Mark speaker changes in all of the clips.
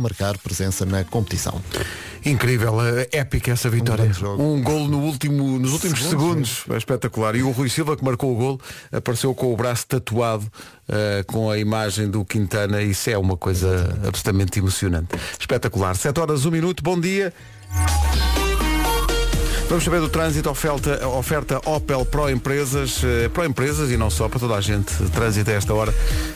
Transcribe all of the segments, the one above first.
Speaker 1: marcar presença na competição.
Speaker 2: Incrível, eh, épica essa vitória.
Speaker 1: grande jogo.
Speaker 2: Um, gol no último, nos últimos segundos, É espetacular. E o Rui Silva que marcou o gol apareceu com o braço tatuado eh, com a imagem do Quintana. Isso é uma coisa absolutamente emocionante. Espetacular. 7 horas, 1 minuto, bom dia. Vamos saber do trânsito, oferta, oferta Opel Pro Empresas, eh, Pro Empresas e não só, para toda a gente, trânsito a esta hora.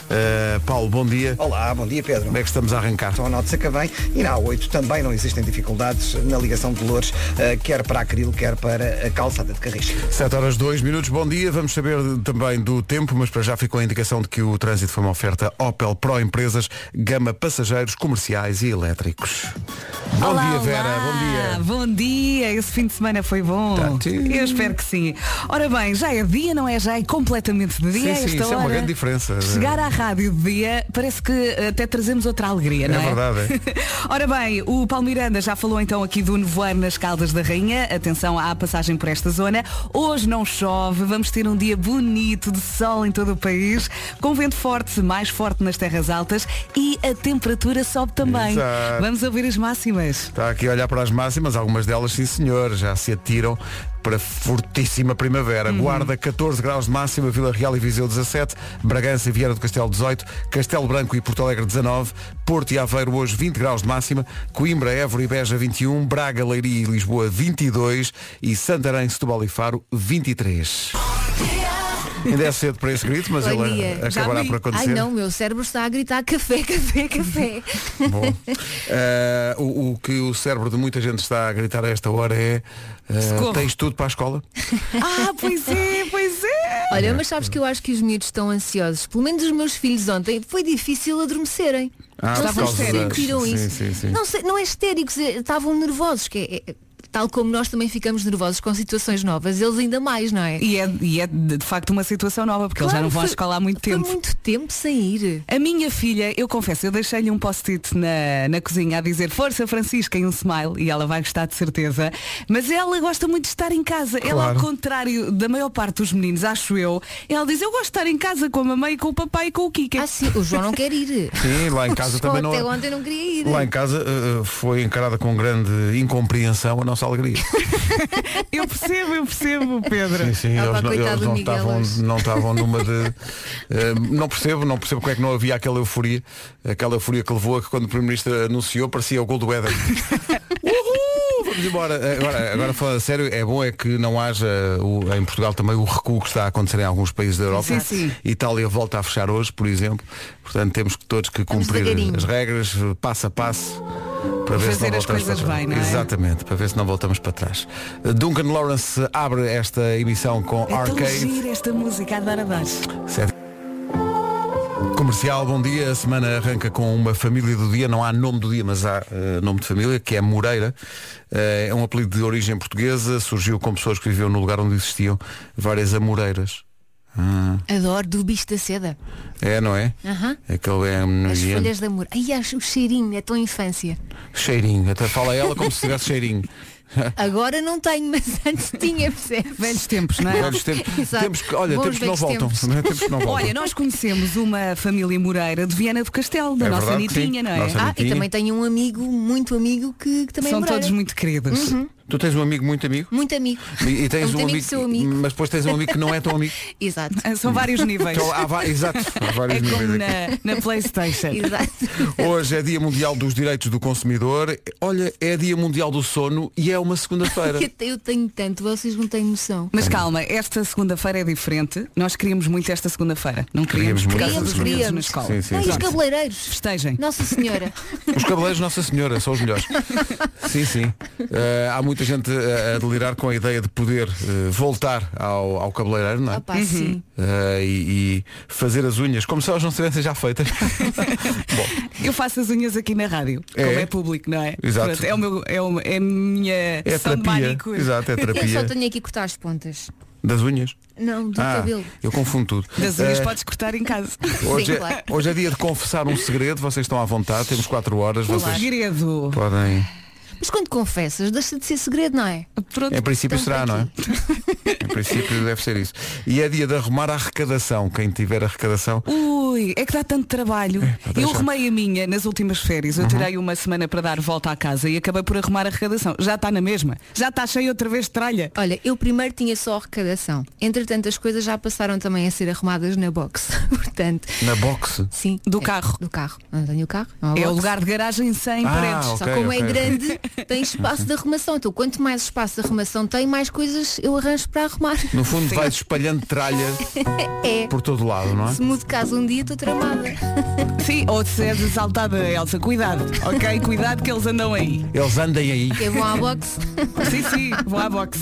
Speaker 2: Eh, Paulo, bom dia.
Speaker 3: Olá, bom dia Pedro.
Speaker 2: Como é que estamos a arrancar?
Speaker 3: Estão a Norte bem e na A8 também não existem dificuldades na ligação de Louros, eh, quer para Acril, quer para a calçada de Carris.
Speaker 2: 7 horas 2 minutos, bom dia. Vamos saber também do tempo, mas para já ficou a indicação de que o trânsito foi uma oferta Opel Pro Empresas, gama passageiros, comerciais e elétricos. Bom
Speaker 4: Olá,
Speaker 2: dia, Vera.
Speaker 4: olá.
Speaker 2: Bom dia. Tá,
Speaker 4: Bom dia, esse fim de semana foi bom.
Speaker 2: Tá-ti.
Speaker 4: Eu espero que sim. Ora bem, já é dia, não é? Já é completamente de dia.
Speaker 2: Sim,
Speaker 4: a
Speaker 2: sim,
Speaker 4: esta
Speaker 2: isso é uma
Speaker 4: hora.
Speaker 2: grande diferença.
Speaker 4: Chegar à rádio de dia parece que eh, até trazemos outra alegria, não é?
Speaker 2: verdade,
Speaker 4: Ora bem, o Paulo Miranda já falou então aqui do nevoeiro nas Caldas da Rainha. Atenção à passagem por esta zona. Hoje não chove, vamos ter um dia bonito de sol em todo o país, com vento forte, mais forte nas terras altas e a temperatura sobe também.
Speaker 2: Exato.
Speaker 4: Vamos ouvir as máximas.
Speaker 2: Está aqui a olhar para as máximas, algumas delas, sim senhor, já se atiram para fortíssima primavera. Guarda 14 graus de máxima, Vila Real e Viseu 17, Bragança e Vieira do Castelo 18, Castelo Branco e Porto Alegre 19, Porto e Aveiro hoje 20 graus de máxima, Coimbra, Évora e Beja 21, Braga, Leiria e Lisboa 22 e Santarém, Setúbal e Faro 23. Ainda é cedo para esse grito, mas
Speaker 5: Bom
Speaker 2: ele
Speaker 5: dia. Já
Speaker 2: acabará
Speaker 4: li.
Speaker 2: por acontecer.
Speaker 5: Ai não, meu cérebro está a gritar café, café, café.
Speaker 2: Bom. Eh, o, o que o cérebro de muita gente está a gritar a esta hora é eh,
Speaker 4: Socorro.
Speaker 2: tens tudo para a escola?
Speaker 4: Ah, pois é, pois é.
Speaker 5: Olha, mas sabes que eu acho que os miúdos estão ansiosos. Pelo menos os meus filhos ontem foi difícil adormecerem.
Speaker 2: Ah,
Speaker 5: não
Speaker 4: por
Speaker 5: sei se
Speaker 4: causa
Speaker 5: sentiram
Speaker 2: das- sim,
Speaker 5: isso.
Speaker 2: sim, sim.
Speaker 5: Não, sei, não é histéricos, é- estavam nervosos, que é- é- tal como nós também ficamos nervosos com situações novas, eles ainda mais, não é?
Speaker 4: E é, e é de de facto uma situação nova, porque eles já não vão à
Speaker 5: foi-
Speaker 4: escola há muito
Speaker 5: foi
Speaker 4: tempo.
Speaker 5: muito tempo sem ir.
Speaker 4: A minha filha, eu confesso, eu deixei-lhe um post-it na, na cozinha a dizer Força Francisca e um smile e ela vai gostar de certeza. Mas ela gosta muito de estar em casa. Ela, ao
Speaker 2: Claro.
Speaker 4: contrário da maior parte dos meninos, acho eu, ela diz eu gosto de estar em casa com a mamãe, com o papai e com o Kika.
Speaker 5: Ah sim, o João não quer ir.
Speaker 2: Sim, lá em casa
Speaker 5: O
Speaker 2: também
Speaker 5: João
Speaker 2: não. é.
Speaker 5: Até ontem não queria ir.
Speaker 2: Lá em casa eh, foi encarada com grande incompreensão a nossa alegria.
Speaker 4: Eu percebo, eu percebo, Pedro.
Speaker 2: Sim, sim,
Speaker 5: Ah, pá,
Speaker 2: eles, não,
Speaker 5: coitado
Speaker 2: eles
Speaker 5: do
Speaker 2: não
Speaker 5: Miguel
Speaker 2: estavam,
Speaker 5: hoje.
Speaker 2: não estavam numa de. eh, não percebo, não percebo como é que não havia aquela euforia, aquela euforia que levou a que quando o Primeiro-Ministro anunciou parecia o gol do Éder. Uhul! Vamos embora. Agora, agora falando a sério, é bom é que não haja o- em Portugal também o recuo que está a acontecer em alguns países da Europa.
Speaker 4: Sim, sim.
Speaker 2: Itália volta a fechar hoje, por exemplo. Portanto, temos que todos que
Speaker 5: Vamos
Speaker 2: cumprir
Speaker 5: devagarinho.
Speaker 2: as regras, passo a passo, para ver se não
Speaker 4: Fazer as
Speaker 2: voltamos
Speaker 4: coisas
Speaker 2: para trás.
Speaker 4: bem, não é?
Speaker 2: Exato. Exatamente, para ver se não voltamos para trás. Duncan Lawrence abre esta emissão com
Speaker 4: É tão
Speaker 2: Arcade.
Speaker 4: gira esta música a dar a dar.
Speaker 2: Sete- Comercial, bom dia. A semana arranca com uma família do dia. Não há nome do dia, mas há eh, nome de família, que é Moreira. Eh, é um apelido de origem portuguesa. Surgiu com pessoas que viviam no lugar onde existiam várias amoreiras. Ah,
Speaker 5: Adoro do bicho da seda.
Speaker 2: É, não é?
Speaker 5: Aham.
Speaker 2: Aquele é
Speaker 5: Ah. As folhas de amor. Ai, acho o cheirinho, é tua infância.
Speaker 2: cheirinho. Até fala ela como se tivesse cheirinho.
Speaker 5: Agora não tenho, mas antes tinha, percebes?
Speaker 4: Velhos tempos, não é?
Speaker 2: Velhos tempos-
Speaker 5: Exato.
Speaker 2: tempos que- olha,
Speaker 5: Bons
Speaker 2: tempos que não
Speaker 5: velhos
Speaker 2: voltam.
Speaker 5: tempos.
Speaker 2: Tempos que não voltam.
Speaker 4: Olha, nós conhecemos uma família Moreira de Viana do Castelo, da
Speaker 2: É
Speaker 4: nossa
Speaker 2: verdade que sim.
Speaker 4: Anitinha, não é?
Speaker 2: Nossa
Speaker 5: Ah,
Speaker 2: Anitinha.
Speaker 5: e também tenho um amigo, muito amigo, que, que também
Speaker 4: São
Speaker 5: é Moreira. Uhum.
Speaker 4: todos muito queridos.
Speaker 2: Tu tens um amigo muito amigo?
Speaker 5: Muito amigo.
Speaker 2: E, e tens
Speaker 5: É
Speaker 2: um
Speaker 5: muito amigo,
Speaker 2: amigo,
Speaker 5: seu amigo.
Speaker 2: mas depois tens um amigo que não é tão amigo.
Speaker 5: Exato.
Speaker 4: São vários níveis.
Speaker 2: Então, há va- Exato, há vários
Speaker 4: É como
Speaker 2: níveis aqui.
Speaker 4: na, na Playstation.
Speaker 5: Exato.
Speaker 2: Hoje é Dia Mundial dos Direitos do Consumidor. Olha, é Dia Mundial do Sono e é uma segunda-feira.
Speaker 5: Eu te- Eu tenho tanto, vocês não têm noção.
Speaker 4: Mas calma, esta segunda-feira é diferente. Nós queríamos muito esta segunda-feira. Não
Speaker 2: Queríamos
Speaker 4: queríamos, por
Speaker 2: muito
Speaker 4: causa
Speaker 2: esta
Speaker 4: dos
Speaker 2: segunda-feira.
Speaker 4: miúdos na escola.
Speaker 2: Sim, sim,
Speaker 5: Não, e os
Speaker 2: sim.
Speaker 5: cabeleireiros?
Speaker 4: Festejem.
Speaker 5: Nossa Senhora.
Speaker 2: Os cabeleiros, Nossa Senhora, são os melhores. Sim, sim. Eh, há muita gente a, a delirar com a ideia de poder eh, voltar ao, ao cabeleireiro, não é?
Speaker 4: Uhum.
Speaker 5: Opa, sim.
Speaker 2: Eh, e, e fazer as unhas, como se elas não estivessem já feitas. Bom,
Speaker 4: Eu faço as unhas aqui na rádio,
Speaker 2: É?
Speaker 4: como é público, não é?
Speaker 2: Exato.
Speaker 4: é, o meu, é, o- é a minha
Speaker 2: é a
Speaker 4: sessão de
Speaker 2: terapia.
Speaker 4: manicure.
Speaker 2: Exato, é a
Speaker 5: Eu só
Speaker 2: terapia
Speaker 5: tenho aqui cortar as pontas.
Speaker 2: das unhas.
Speaker 5: Não, do
Speaker 2: Ah,
Speaker 5: cabelo.
Speaker 2: eu confundo tudo.
Speaker 4: Das unhas
Speaker 2: Eh,
Speaker 4: podes cortar em casa.
Speaker 2: Hoje, é,
Speaker 5: claro.
Speaker 2: hoje é dia de confessar um segredo, vocês estão à vontade, temos 4 horas,
Speaker 4: Um
Speaker 2: vocês
Speaker 4: segredo.
Speaker 2: podem.
Speaker 5: Mas quando confessas, deixa de ser segredo, não é?
Speaker 4: Pronto.
Speaker 2: Em princípio
Speaker 5: Então,
Speaker 2: será,
Speaker 5: tá
Speaker 2: não é? em princípio deve ser isso. E é dia de arrumar a arrecadação. Quem tiver arrecadação,
Speaker 4: Ui, é que dá tanto trabalho. eu
Speaker 2: deixa.
Speaker 4: arrumei a minha nas últimas férias. Eu
Speaker 2: Uhum.
Speaker 4: tirei uma semana para dar volta à casa e acabei por arrumar a arrecadação. Já está na mesma. Já está cheia outra vez de tralha.
Speaker 5: Olha, eu primeiro tinha só arrecadação. Entretanto, as coisas já passaram também a ser arrumadas na box. Portanto,
Speaker 2: na boxe.
Speaker 5: sim.
Speaker 4: Do
Speaker 5: é,
Speaker 4: carro.
Speaker 5: Do carro. Eu Não tenho o carro. não há
Speaker 4: É o
Speaker 5: box.
Speaker 4: lugar de garagem sem
Speaker 2: Ah,
Speaker 4: paredes.
Speaker 2: ok.
Speaker 5: Só como é
Speaker 2: ok.
Speaker 5: grande, tem espaço de arrumação. Então, quanto mais espaço de arrumação tem, mais coisas eu arranjo para arrumar.
Speaker 2: No fundo vais espalhando tralha
Speaker 5: É.
Speaker 2: por todo lado, não é?
Speaker 5: Se mudo de casa um dia, estou tramada.
Speaker 4: Sim, ou se é és assaltada, Elsa, cuidado, ok? Cuidado que eles andam aí.
Speaker 2: Eles andem aí.
Speaker 5: Que é bom à boxe.
Speaker 4: Sim, sim, vou à boxe.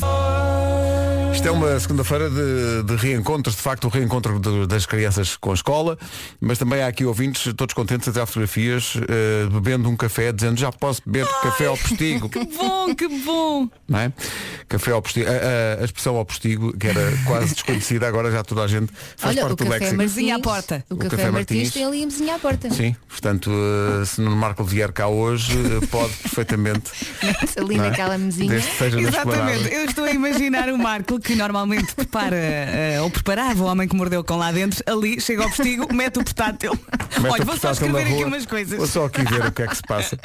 Speaker 2: Isto é uma segunda-feira de, de reencontros, de facto, o reencontro de- das crianças com a escola, mas também há aqui ouvintes, todos contentes, até há fotografias, eh, bebendo um café, dizendo já posso beber café ao postigo,
Speaker 4: Que bom, que bom.
Speaker 2: não é? Café ao postigo, a, a- a expressão ao postigo, que era quase desconhecida, agora já toda a gente faz
Speaker 5: Olha,
Speaker 2: parte
Speaker 5: o
Speaker 2: do
Speaker 5: café é
Speaker 2: léxico.
Speaker 5: Martins.
Speaker 4: Vizinha à porta.
Speaker 5: O,
Speaker 2: O
Speaker 5: café,
Speaker 2: Café
Speaker 5: Martins,
Speaker 2: Martins.
Speaker 5: tem ali a vizinha à porta.
Speaker 2: Sim, portanto, eh, se no Marco vier cá hoje, eh, pode perfeitamente.
Speaker 5: ali
Speaker 2: não é?
Speaker 5: naquela mesinha.
Speaker 2: Desde que seja na
Speaker 4: Exatamente,
Speaker 2: esplanada.
Speaker 4: eu estou a imaginar o Marco que normalmente prepara eh, ou preparava o homem que mordeu com lá dentro, ali chega ao postigo, mete o portátil.
Speaker 2: Mete
Speaker 4: Olha,
Speaker 2: o
Speaker 4: vou
Speaker 2: portátil
Speaker 4: só
Speaker 2: na
Speaker 4: escrever aqui
Speaker 2: rua.
Speaker 4: umas coisas.
Speaker 2: Vou só aqui ver o que é que se passa.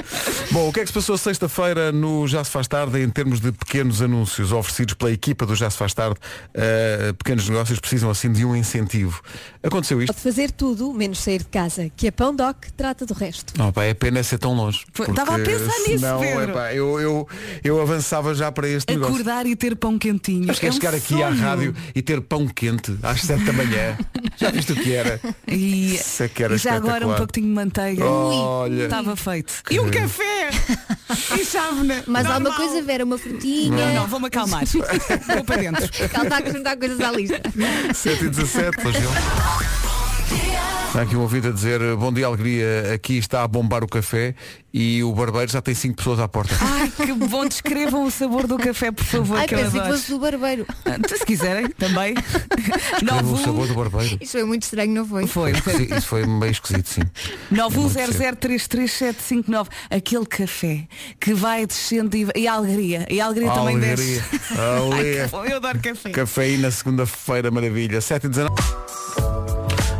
Speaker 2: Bom, o que é que se passou sexta-feira no Já se faz tarde em termos de pequenos anúncios oferecidos pela equipa do Já se faz tarde? eh, pequenos negócios precisam assim de um incentivo. Aconteceu isto?
Speaker 6: Pode fazer tudo, menos sair de casa, que a Pão Doc trata do resto.
Speaker 2: Não, pá, é pena ser tão longe.
Speaker 4: Foi- estava a
Speaker 2: porque
Speaker 4: pensar nisso,
Speaker 2: senão,
Speaker 4: Pedro.
Speaker 2: epá, eu, eu, eu avançava já para este um negócio.
Speaker 4: Acordar e ter pão quentinho.
Speaker 2: Acho que é
Speaker 4: um
Speaker 2: chegar aqui à
Speaker 4: sonho.
Speaker 2: rádio e ter pão quente às 7 da manhã. Já viste o que era?
Speaker 4: E,
Speaker 2: Isso é que era
Speaker 4: e já agora um
Speaker 2: espetacular.
Speaker 4: pacotinho de manteiga.
Speaker 2: Olha.
Speaker 4: Estava feito. E um café! e chávena!
Speaker 5: Mas há uma
Speaker 4: Normal.
Speaker 5: coisa, Vera, uma frutinha.
Speaker 4: Não, não, vou-me acalmar. Vou para dentro.
Speaker 5: Ela está a acrescentar coisas à lista.
Speaker 2: 7 e 17, Flagel. Há aqui um ouvido a dizer Bom dia, alegria, aqui está a bombar o café E o barbeiro já tem cinco pessoas à porta
Speaker 4: Ai, que bom, descrevam o sabor do café, por favor,
Speaker 5: Ai,
Speaker 4: que eu
Speaker 5: pensei que
Speaker 4: adoro. Ah, então,
Speaker 5: fosse um- do barbeiro.
Speaker 4: Se quiserem, também. um,
Speaker 2: Teve o sabor do barbeiro
Speaker 5: Isto foi muito estranho, não foi?
Speaker 4: Foi.
Speaker 2: Sim, Isso foi meio esquisito, sim
Speaker 4: 910033759 Aquele café que vai descendo e, e a alegria. E a alegria também
Speaker 2: Alegria,
Speaker 4: desce. Ai,
Speaker 2: alegria.
Speaker 4: que bom, eu adoro café.
Speaker 2: Cafeína, segunda-feira, maravilha 7 e 19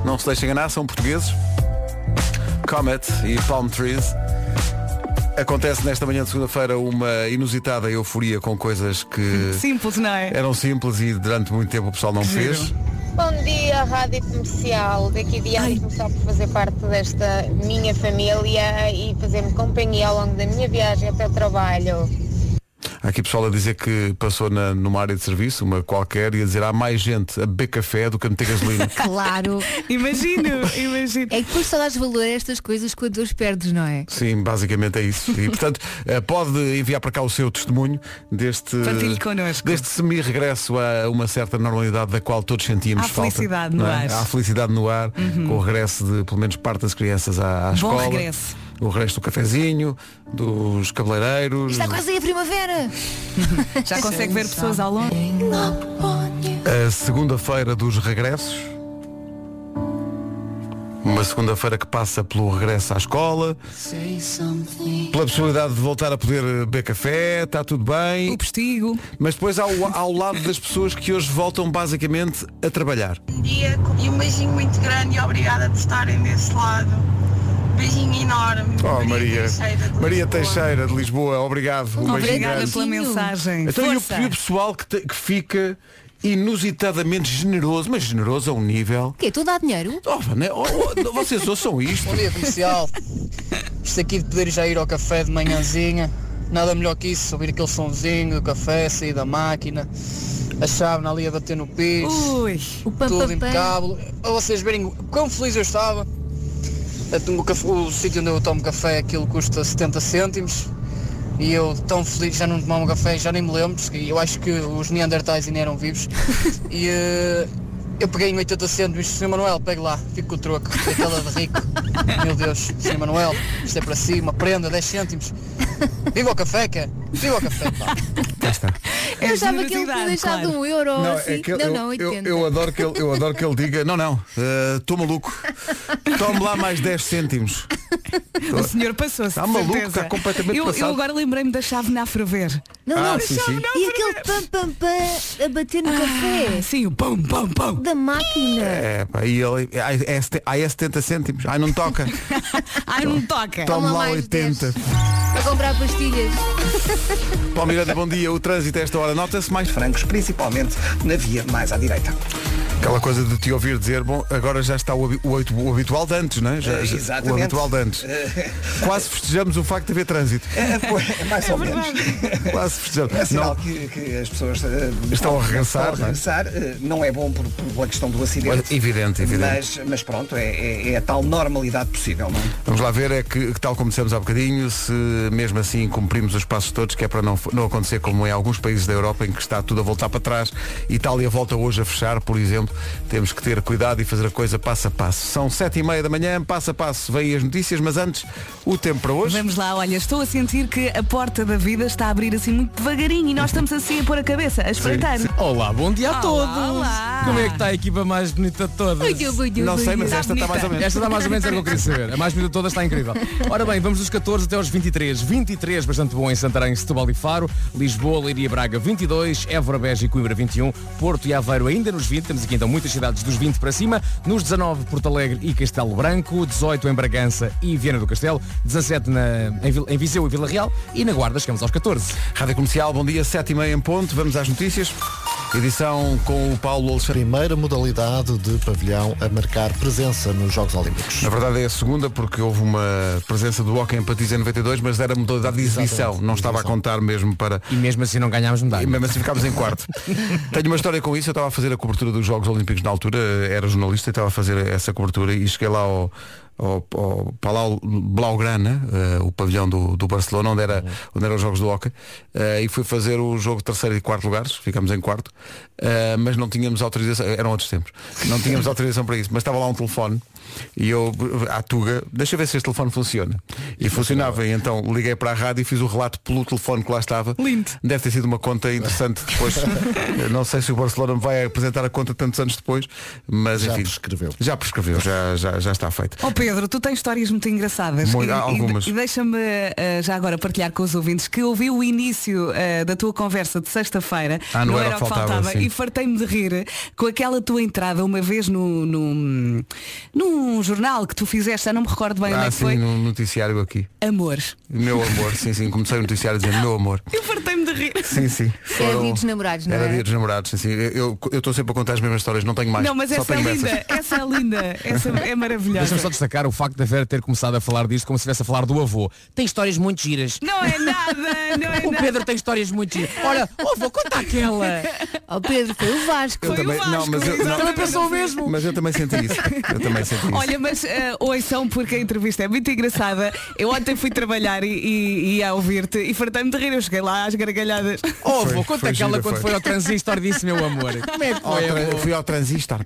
Speaker 2: Não se deixem enganar, são portugueses Comet e Palm Trees Acontece nesta manhã de segunda-feira uma inusitada euforia com coisas que
Speaker 4: Simples, não é?
Speaker 2: eram simples e durante muito tempo o pessoal não
Speaker 4: Giro.
Speaker 2: fez.
Speaker 7: Bom dia, Rádio Comercial. Daqui
Speaker 4: Ai.
Speaker 7: diante começar por fazer parte desta minha família e fazer-me companhia ao longo da minha viagem até o trabalho.
Speaker 2: Há aqui pessoal a dizer que passou na, numa área de serviço, uma qualquer, e a dizer há mais gente a beber café do que a meter gasolina.
Speaker 5: Claro.
Speaker 4: Imagino, imagino.
Speaker 5: É que depois só dás valor a estas coisas quando os perdes, não é?
Speaker 2: Sim, basicamente é isso. E portanto, eh, pode enviar para cá o seu testemunho deste,
Speaker 4: Partilhe connosco.
Speaker 2: deste semi-regresso a uma certa normalidade da qual todos sentíamos
Speaker 4: Há
Speaker 2: falta.
Speaker 4: felicidade no
Speaker 2: não é?
Speaker 4: ar. Uhum.
Speaker 2: Há felicidade no ar, com o regresso de pelo menos parte das crianças à, à
Speaker 4: Bom
Speaker 2: escola.
Speaker 4: regresso.
Speaker 2: O resto do cafezinho, dos cabeleireiros.
Speaker 5: Está quase aí a primavera. É
Speaker 4: Já consegue ver pessoas ao longe?
Speaker 2: A segunda-feira dos regressos. Uma segunda-feira que passa pelo regresso à escola, pela possibilidade de voltar a poder eh, beber café, está tudo
Speaker 4: O
Speaker 2: bem.
Speaker 4: postigo.
Speaker 2: Mas depois ao, ao lado das pessoas que hoje voltam basicamente a trabalhar.
Speaker 8: dia e um beijinho muito grande e obrigada por estarem desse lado. Beijinho enorme.
Speaker 2: Oh Maria,
Speaker 8: de
Speaker 2: Maria
Speaker 8: Lisboa.
Speaker 2: Teixeira de Lisboa, obrigado. Um beijinho
Speaker 4: Obrigada
Speaker 2: grande.
Speaker 4: pela
Speaker 5: Beijinho.
Speaker 4: mensagem.
Speaker 2: Então e o,
Speaker 4: Força.
Speaker 2: e o pessoal que, te- que fica inusitadamente generoso, mas generoso a um nível.
Speaker 5: O quê? Tu dá dinheiro?
Speaker 2: Oh, né? Oh, oh, vocês ouçam isto.
Speaker 9: Bom dia comercial. Isto aqui de poder já ir ao café de manhãzinha. Nada melhor que isso, ouvir aquele sonzinho, o café, sair da máquina, a chave ali a bater no piso,
Speaker 4: Ui. é
Speaker 5: O pam
Speaker 9: tudo
Speaker 5: pam pam.
Speaker 9: impecável. Para vocês verem o quão feliz eu estava. Eu tomo café- O sítio onde eu tomo café aquilo custa 70 cêntimos e eu tão feliz já não tomava um café, já nem me lembro, porque eu acho que os Neandertais ainda eram vivos. e eh, eu peguei em 80 cêntimos, Sr. Manuel, pegue lá, fico com o troco, aquela de rico. Meu Deus, Sr. Manuel, isto é para si, uma prenda, 10 cêntimos. Viva o café, cara! Viva o café, pá.
Speaker 2: Cá está.
Speaker 4: É
Speaker 5: eu achava que ele tinha
Speaker 4: generosidade,
Speaker 5: deixado
Speaker 4: claro.
Speaker 5: um euro ou assim.
Speaker 2: é que
Speaker 5: não,
Speaker 2: eu,
Speaker 5: não,
Speaker 2: eu,
Speaker 5: 80.
Speaker 2: eu adoro que ele, eu adoro que ele diga, não, não, estou maluco. Tome lá mais 10 cêntimos.
Speaker 4: O senhor passou-se.
Speaker 2: Está
Speaker 10: Tá
Speaker 4: de
Speaker 2: maluco,
Speaker 4: certeza.
Speaker 2: está completamente
Speaker 4: eu, eu
Speaker 2: passado.
Speaker 4: agora lembrei-me da chave na a ferver.
Speaker 5: Não,
Speaker 2: Ah,
Speaker 5: não.
Speaker 2: sim, sim.
Speaker 5: E aquele pam pam pam a bater no café
Speaker 4: Sim, o pão, pão, pão.
Speaker 5: da máquina.
Speaker 2: É, pá, e ele, ai, é, sete- ai, é 70 cêntimos. Ai, não toca.
Speaker 4: Ai, não toca.
Speaker 10: Tá.
Speaker 2: Tome
Speaker 5: Toma
Speaker 2: lá
Speaker 5: mais
Speaker 2: 80.
Speaker 5: A comprar pastilhas.
Speaker 2: Paulo Miranda, bom dia. O trânsito a esta hora nota-se mais
Speaker 3: Francos, principalmente na via mais à direita.
Speaker 2: Aquela coisa de te ouvir dizer, bom, agora já está o, habi- o habi- o habitual de antes, não é? Já-
Speaker 3: Eh,
Speaker 2: já-
Speaker 3: exatamente.
Speaker 2: O habitual de antes.
Speaker 3: Eh,
Speaker 2: Quase festejamos o facto de haver trânsito.
Speaker 3: é, pô, é mais ou menos.
Speaker 2: Quase festejamos.
Speaker 3: É sinal
Speaker 2: Não,
Speaker 3: que, que as pessoas eh,
Speaker 2: Estão a regressar,
Speaker 3: estão a regressar. Eh, Não é bom por, por a questão do
Speaker 2: Olha,
Speaker 3: acidente.
Speaker 2: evidente, evidente.
Speaker 3: Mas, mas pronto, é, é- é a tal normalidade possível, não é?
Speaker 2: Vamos lá ver, é que, que tal como dissemos há bocadinho, se mesmo assim cumprimos os passos todos, que é para não, f- não acontecer como em alguns países da Europa em que está tudo a voltar para trás, Itália volta hoje a fechar, por exemplo, temos que ter cuidado e fazer a coisa passo a passo. São sete e meia da manhã, passo a passo, vêm as notícias, mas antes, o tempo para hoje.
Speaker 4: Vamos lá, olha, estou a sentir que a porta da vida está a abrir assim muito devagarinho e nós estamos assim a pôr a cabeça, a espreitar.
Speaker 10: Olá, bom dia
Speaker 4: Olá,
Speaker 10: a todos!
Speaker 4: olá.
Speaker 10: Como é que está a equipa mais bonita de todas?
Speaker 2: Não sei, mas esta
Speaker 4: Está
Speaker 2: está
Speaker 4: bonita.
Speaker 2: mais ou menos.
Speaker 10: Esta dá mais ou menos era o que eu queria saber. A mais bonita de todas está incrível. Ora bem, vamos dos 14 até aos 23. 23, bastante bom em Santarém, Setúbal e Faro. Lisboa, Leiria e Braga, 22. Évora, Beja e Coimbra, 21. Porto e Aveiro ainda nos 20. Temos aqui então muitas cidades dos 20 para cima. Nos 19, Porto Alegre e Castelo Branco. 18 em Bragança e Viana do Castelo. 17 na, em, Vil- em Viseu e Vila Real. E na Guarda chegamos aos 14.
Speaker 2: Rádio Comercial, bom dia, sete e meia em ponto, vamos às notícias. Edição com o Paulo Alexandre.
Speaker 1: Primeira modalidade de pavilhão a marcar presença nos Jogos Olímpicos.
Speaker 2: Na verdade é a segunda porque houve uma presença do Hockey em Patiz em 92, mas era modalidade de exibição,
Speaker 1: Exatamente,
Speaker 2: não estava a
Speaker 1: exibição. Tá.
Speaker 2: contar mesmo para,
Speaker 10: E mesmo assim não ganhámos medalha.
Speaker 2: E mesmo assim ficámos em quarto. Tenho uma história com isso, eu estava a fazer a cobertura dos Jogos Olímpicos na altura, era jornalista e estava a fazer essa cobertura e cheguei lá ao, ao, ao Palau Blaugrana, eh, o pavilhão do, do Barcelona, onde, era,
Speaker 1: Uhum.
Speaker 2: onde eram os Jogos do Hockey, eh, e fui fazer o jogo de terceiro e quarto lugares, ficámos em quarto, eh, mas não tínhamos autorização, eram outros tempos, não tínhamos autorização para isso, mas estava lá um telefone e eu, à Tuga, deixa ver se este telefone funciona. E funcionava, e então liguei para a rádio e fiz o relato pelo telefone que lá estava.
Speaker 4: Lindo.
Speaker 2: Deve ter sido uma conta interessante depois. Eu não sei se o Barcelona me vai apresentar a conta tantos anos depois, mas
Speaker 1: Já
Speaker 2: enfim.
Speaker 1: prescreveu.
Speaker 2: Já prescreveu, já, já, já está feito.
Speaker 4: Oh Pedro, tu tens histórias muito engraçadas.
Speaker 2: Muito,
Speaker 4: E-
Speaker 2: há
Speaker 4: e-
Speaker 2: algumas.
Speaker 4: E, deixa-me eh, já agora partilhar com os ouvintes que ouvi o início eh, da tua conversa de sexta-feira
Speaker 2: Ah, não
Speaker 4: no
Speaker 2: era o que faltava, sim.
Speaker 4: e fartei-me de rir com aquela tua entrada uma vez no, num, num jornal que tu fizeste, já não me recordo bem onde é
Speaker 2: Ah,
Speaker 4: que foi.
Speaker 2: sim, num noticiário aqui.
Speaker 4: Amores.
Speaker 2: Meu amor, sim, sim. Comecei o noticiário dizendo meu amor.
Speaker 4: Eu fartei-me de rir.
Speaker 2: Sim, sim.
Speaker 5: Era dia dos namorados, não
Speaker 2: Era
Speaker 5: é?
Speaker 2: dia dos namorados, sim, sim. Eu eu estou sempre a contar as mesmas histórias, não tenho mais.
Speaker 4: Não, mas
Speaker 2: Só
Speaker 4: essa é
Speaker 2: tenho
Speaker 4: linda,
Speaker 2: dessas.
Speaker 4: essa é linda, essa é maravilhosa.
Speaker 10: Deixa-me só destacar o facto de a Vera ter começado a falar disto como se estivesse a falar do avô. Tem histórias muito giras.
Speaker 4: Não é nada, não é
Speaker 10: O
Speaker 4: nada.
Speaker 10: Pedro tem histórias muito giras. Olha, oh, vou contar aquela.
Speaker 5: Ao Oh, Pedro foi o Vasco.
Speaker 2: Eu
Speaker 4: Foi o
Speaker 2: também, não,
Speaker 4: Vasco,
Speaker 2: mas eu, não,
Speaker 10: Também pensou o mesmo.
Speaker 2: mas eu também senti isso. Eu também senti isso.
Speaker 4: Olha, mas eh, ouçam porque a entrevista é muito engraçada. Eu ontem fui trabalhar e, e, e a ouvir-te e fartei-me de rir. Eu cheguei lá às gargalhadas.
Speaker 10: Oh,
Speaker 2: Foi-
Speaker 10: vou conta
Speaker 2: foi
Speaker 10: aquela
Speaker 2: gira,
Speaker 10: quando
Speaker 2: foi.
Speaker 10: foi. ao transistor disse meu amor. Como é que
Speaker 2: Ao
Speaker 10: foi?
Speaker 2: tra-
Speaker 10: amor?
Speaker 2: fui ao transistor.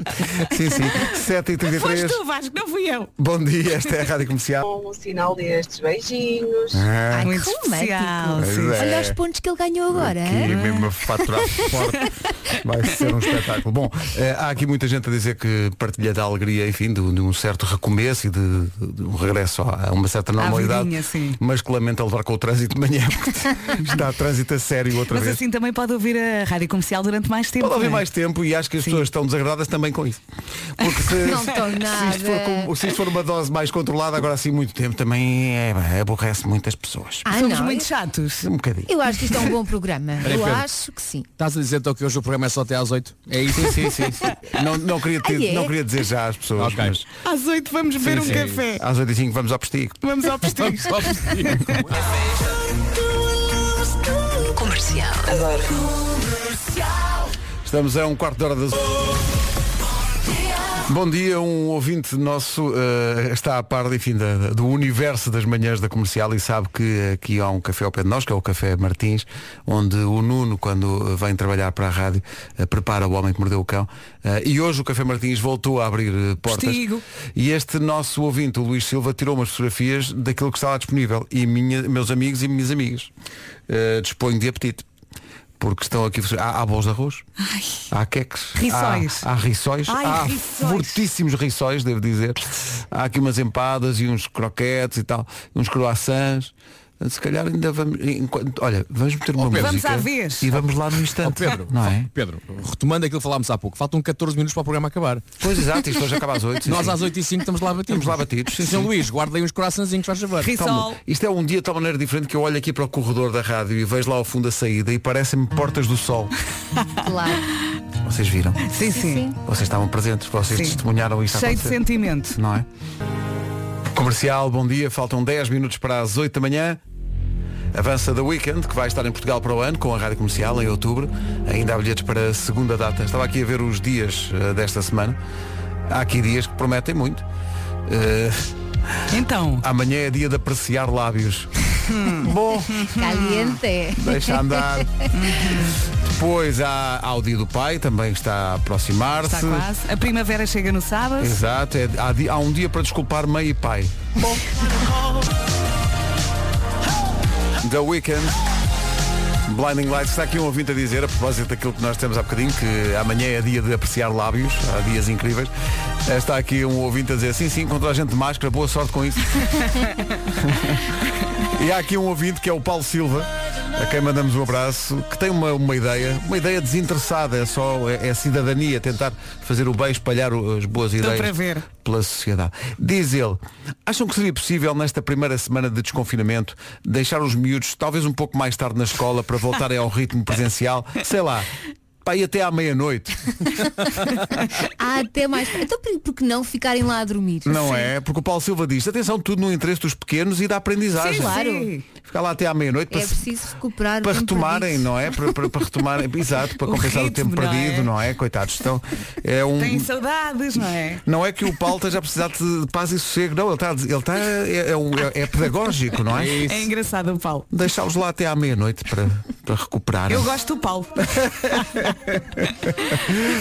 Speaker 2: sim, sim. 7h33.
Speaker 4: Foste tu, Vasco, não fui eu.
Speaker 2: Bom dia, esta é a Rádio Comercial.
Speaker 8: Com o Um sinal destes beijinhos.
Speaker 2: Ah,
Speaker 5: Ai,
Speaker 4: Muito
Speaker 5: que
Speaker 4: especial.
Speaker 5: romântico.
Speaker 2: pois é.
Speaker 5: Olha os pontos que ele ganhou agora.
Speaker 2: Aqui
Speaker 4: É?
Speaker 5: hein?
Speaker 2: mesmo a faturar forte. Vai ser um espetáculo. Bom, eh, há aqui muita gente a dizer que partilha da alegria, enfim, de, um- de um certo recomeço e de, de um regresso a uma certa normalidade.
Speaker 4: vidinha, sim.
Speaker 2: mas que lamenta levar com o trânsito de manhã, porque está a trânsito a sério outra
Speaker 4: Mas
Speaker 2: vez.
Speaker 4: assim também pode ouvir a rádio comercial durante mais tempo.
Speaker 2: Pode haver
Speaker 4: não é?
Speaker 2: mais tempo e acho que as
Speaker 4: Sim.
Speaker 2: pessoas estão desagradadas também com isso. Porque se,
Speaker 5: Não estão
Speaker 2: se, isto for
Speaker 5: nada.
Speaker 2: com- se isto for uma dose mais controlada, agora assim muito tempo também é, aborrece muitas pessoas.
Speaker 5: Ah,
Speaker 4: Somos
Speaker 5: não.
Speaker 4: muito chatos.
Speaker 2: Um bocadinho.
Speaker 5: Eu acho que isto é um bom programa.
Speaker 10: Peraí,
Speaker 5: Eu
Speaker 10: Pedro.
Speaker 5: acho que sim.
Speaker 10: Estás a dizer então que hoje o programa é só até às 8? É isso?
Speaker 2: Sim, sim, sim. sim. Não, não, queria ter-
Speaker 5: Ah, é?
Speaker 2: não queria dizer já às pessoas.
Speaker 10: Ok.
Speaker 2: Mas
Speaker 4: Às oito vamos beber um
Speaker 10: sim.
Speaker 4: café.
Speaker 2: às 8 h vamos ao postigo.
Speaker 4: Vamos ao postigo.
Speaker 10: Só por ti.
Speaker 11: Comercial.
Speaker 2: Estamos a um quarto de hora das. Bom dia, um ouvinte nosso eh, está a par enfim, da- do universo das manhãs da comercial e sabe que aqui há um café ao pé de nós, que é o Café Martins, onde o Nuno, quando vem trabalhar para a rádio, eh, prepara o homem que mordeu o cão. Eh, e hoje o Café Martins voltou a abrir eh, portas.
Speaker 4: Postigo.
Speaker 2: E este nosso ouvinte, o Luís Silva, tirou umas fotografias daquilo que está lá disponível. E minha- meus amigos e minhas amigas, eh, disponho de apetite. Porque estão aqui, há, há bolos de arroz, há queques,
Speaker 4: Rissóis.
Speaker 2: Há, há rissóis,
Speaker 4: Ai,
Speaker 2: há
Speaker 4: rissóis.
Speaker 2: fortíssimos rissóis, devo dizer. Há aqui umas empadas e uns croquetes e tal, uns croissants. Se calhar ainda vamos. enquanto- olha, vamos meter uma
Speaker 10: Pedro.
Speaker 2: música
Speaker 10: Vamos à vez.
Speaker 2: e vamos lá no instante.
Speaker 10: Pedro,
Speaker 2: não é?
Speaker 10: Pedro, retomando aquilo que falámos há pouco, faltam 14 minutos para o programa acabar.
Speaker 2: Pois exato, isto hoje acaba às 8, sim,
Speaker 10: Nós
Speaker 2: sim.
Speaker 10: às 8 e 5 estamos lá batidos.
Speaker 2: Estamos lá batidos, sim,
Speaker 10: Sim,
Speaker 2: sim.
Speaker 10: Luís, guarda aí uns coraçãozinhos, faz favor.
Speaker 2: Tal- Isto é um dia de tal maneira diferente que eu olho aqui para o corredor da rádio e vejo lá ao fundo a saída e parecem-me portas do sol.
Speaker 5: Claro.
Speaker 2: Vocês viram?
Speaker 4: Sim, sim.
Speaker 2: Vocês estavam presentes, vocês
Speaker 4: Sim.
Speaker 2: testemunharam isto a
Speaker 4: Cheio de
Speaker 2: acontecer.
Speaker 4: sentimento.
Speaker 2: Não é? Comercial, bom dia. Faltam 10 minutos para as 8 da manhã. Avança The Weekend, que vai estar em Portugal para o ano, com a Rádio Comercial, em outubro. Ainda há bilhetes para a segunda data. Estava aqui a ver os dias eh, desta semana. Há aqui dias que prometem muito. Eh,
Speaker 4: Então.
Speaker 2: Amanhã é dia de apreciar lábios.
Speaker 4: Hum.
Speaker 2: Bom.
Speaker 5: Caliente. é.
Speaker 2: Deixa andar. Depois há, há o Dia do Pai, também que está a aproximar-se.
Speaker 4: Está quase. A primavera chega no sábado.
Speaker 2: Exato, é- há, di- há um dia para desculpar mãe e pai. The Weekend. Blinding Lights, está aqui um ouvinte a dizer, a propósito daquilo que nós temos há bocadinho, que amanhã é dia de apreciar lábios, há dias incríveis. Está aqui um ouvinte a dizer, sim, sim, encontrou a gente de máscara, boa sorte com isso. E há aqui um ouvinte que é o Paulo Silva, a quem mandamos um abraço, que tem uma, uma ideia, uma ideia desinteressada, é só é, é cidadania, tentar fazer o bem, espalhar o- as boas
Speaker 5: Então,
Speaker 2: ideias
Speaker 4: para ver.
Speaker 2: pela sociedade. Diz ele, acham que seria possível nesta primeira semana de desconfinamento deixar os miúdos talvez um pouco mais tarde na escola para voltarem ao ritmo presencial, sei lá, para ir até à meia-noite?
Speaker 5: Há até mais. Então por por que não ficarem lá a dormir?
Speaker 2: Não
Speaker 5: Sim.
Speaker 2: é? Porque o Paulo Silva diz, atenção, tudo no interesse dos pequenos e da aprendizagem.
Speaker 5: Sim, claro.
Speaker 2: Ficar lá até à meia-noite
Speaker 5: É
Speaker 2: para se-
Speaker 5: preciso recuperar o
Speaker 2: para
Speaker 5: tempo
Speaker 2: retomarem,
Speaker 5: perdido.
Speaker 2: não é? Para, para, para retomarem, exato, para
Speaker 4: O
Speaker 2: compensar o
Speaker 4: ritmo,
Speaker 2: tempo
Speaker 4: não
Speaker 2: perdido,
Speaker 4: é?
Speaker 2: não é? Coitados, então é um.
Speaker 4: Tem saudades, não é?
Speaker 2: Não é que o Paulo esteja a precisar de paz e sossego, não, ele está, a dizer- ele está é, é, um- é- é pedagógico, não é?
Speaker 4: É engraçado o Paulo.
Speaker 2: Deixá-los lá até à meia-noite para, para recuperarem.
Speaker 4: Eu gosto do Paulo.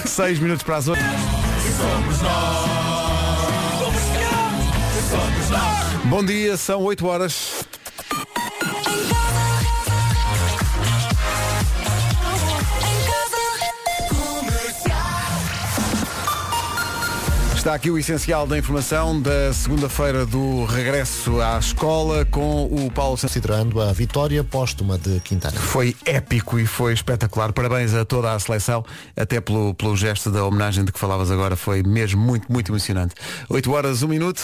Speaker 2: 6 minutos para as 8. Bom dia, são 8 horas. Está aqui o essencial da informação da segunda-feira do regresso à escola com o Paulo Santos.
Speaker 1: Considerando a vitória póstuma de Quintana.
Speaker 2: Foi épico e foi espetacular. Parabéns a toda a seleção, até pelo, pelo gesto da homenagem de que falavas agora. Foi mesmo muito, muito emocionante. 8 horas, 1 minuto.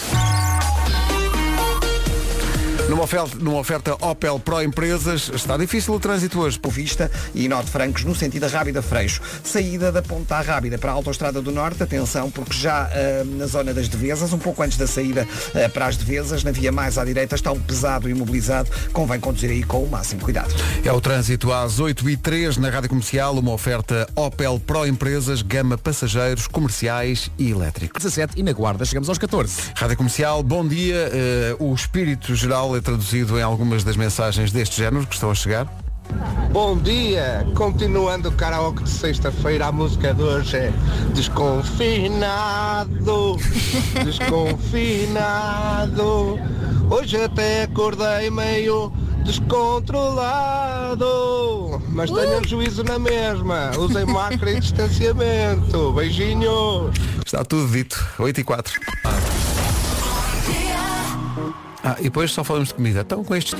Speaker 2: Numa oferta, numa oferta Opel Pro Empresas, está difícil o trânsito hoje.
Speaker 3: Por vista e Norte Francos no sentido da Rábida Freixo. Saída da Ponta à Rábida para a Autostrada do Norte, atenção, porque já ah, na zona das Devesas, um pouco antes da saída ah, para as Devesas, na via mais à direita, está um pesado imobilizado, convém conduzir aí com o máximo cuidado.
Speaker 2: É o trânsito às 8 e três na Rádio Comercial, uma oferta Opel Pro Empresas, gama passageiros, comerciais e elétricos.
Speaker 10: 17 e na guarda chegamos aos 14.
Speaker 2: Rádio Comercial, bom dia. Eh, o espírito geral é traduzido em algumas das mensagens deste género que estão a chegar.
Speaker 12: Bom dia! Continuando o karaoke de sexta-feira, a música de hoje é Desconfinado, desconfinado. Hoje até acordei meio descontrolado, mas tenham juízo na mesma. Usem máscara e distanciamento. Beijinhos!
Speaker 2: Está tudo dito. 8 e 4. Ah, e depois só falamos de comida. Então com estes.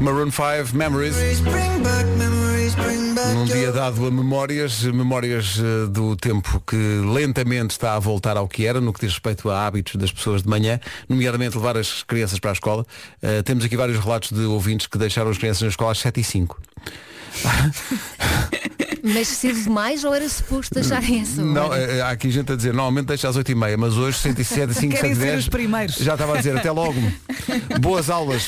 Speaker 2: Maroon 5 Memories. Num Um dia dado a memórias, memórias eh, do tempo que lentamente está a voltar ao que era, no que diz respeito a hábitos das pessoas de manhã, nomeadamente levar as crianças para a escola. Eh, temos aqui vários relatos de ouvintes que deixaram as crianças na escola às 7 e 5.
Speaker 5: Mas cedo demais ou era suposto deixarem essa hora?
Speaker 2: Não, eh, eh, há aqui gente a dizer, normalmente deixa às 8h30, mas hoje 107, 5,
Speaker 4: Querem ser
Speaker 2: 110.
Speaker 4: os primeiros.
Speaker 2: Já estava a dizer, até logo. Boas aulas.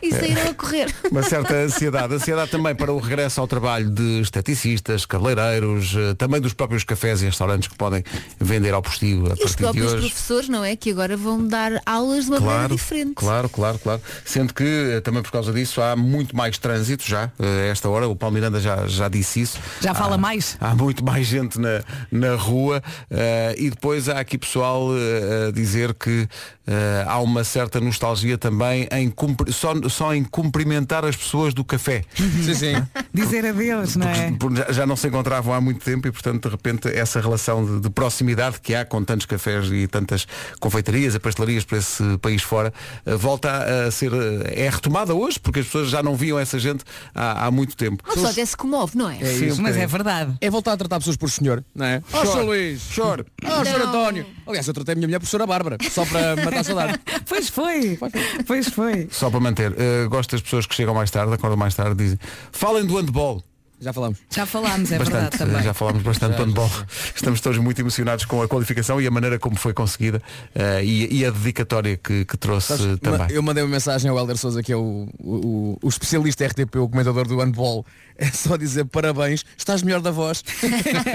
Speaker 5: e saíram a correr.
Speaker 2: Uma certa ansiedade. Ansiedade também para o regresso ao trabalho de esteticistas, cabeleireiros, eh, também dos próprios cafés e restaurantes que podem vender ao postigo a
Speaker 5: E os
Speaker 2: partir de
Speaker 5: próprios
Speaker 2: hoje.
Speaker 5: professores, não é? Que agora vão dar aulas de uma maneira diferente.
Speaker 2: Claro, claro, claro. Sendo que eh, também por causa disso há muito mais trânsito já, eh, a esta hora, o Paulo Miranda já, já disse isso.
Speaker 4: Já
Speaker 2: Há-
Speaker 4: fala mais?
Speaker 2: Há muito mais gente na, na rua eh, e depois há aqui pessoal eh, a dizer que eh, há uma certa nostalgia também em cumpri- só, só em cumprimentar as pessoas do café.
Speaker 10: Sim, sim.
Speaker 4: Dizer adeus, não é?
Speaker 2: Por- já- Já não se encontravam há muito tempo e, portanto, de repente, essa relação de, de proximidade que há com tantos cafés e tantas confeitarias e pastelarias por esse país fora, eh, volta a, a ser, eh, é retomada hoje, porque as pessoas já não viam essa gente há, há muito tempo.
Speaker 5: Uma pessoa até se comove, não é?
Speaker 2: É Sim, isso, mas é é.
Speaker 4: verdade.
Speaker 10: É voltar a tratar pessoas por senhor, não é? Ó,
Speaker 2: Chore.
Speaker 10: Sr. Luís.
Speaker 2: Chore.
Speaker 10: Ó, Sr.
Speaker 4: Não.
Speaker 10: António. Aliás, eu tratei a minha mulher por Sra. Bárbara, só para matar a saudade.
Speaker 4: Pois foi. Pois foi.
Speaker 2: Só para manter, eh, gosto das pessoas que chegam mais tarde, acordam mais tarde, dizem, falem do handball.
Speaker 10: Já falámos.
Speaker 4: Já falámos, é
Speaker 2: bastante,
Speaker 4: verdade também.
Speaker 2: já falámos bastante do handball. Estamos todos muito emocionados com a qualificação e a maneira como foi conseguida eh, e, e a dedicatória que, que trouxe
Speaker 10: Sabes,
Speaker 2: também.
Speaker 10: ma- Eu mandei uma mensagem ao Helder Souza, que é o, o, o especialista RTP, o comentador do handball. É só dizer parabéns, estás melhor da voz.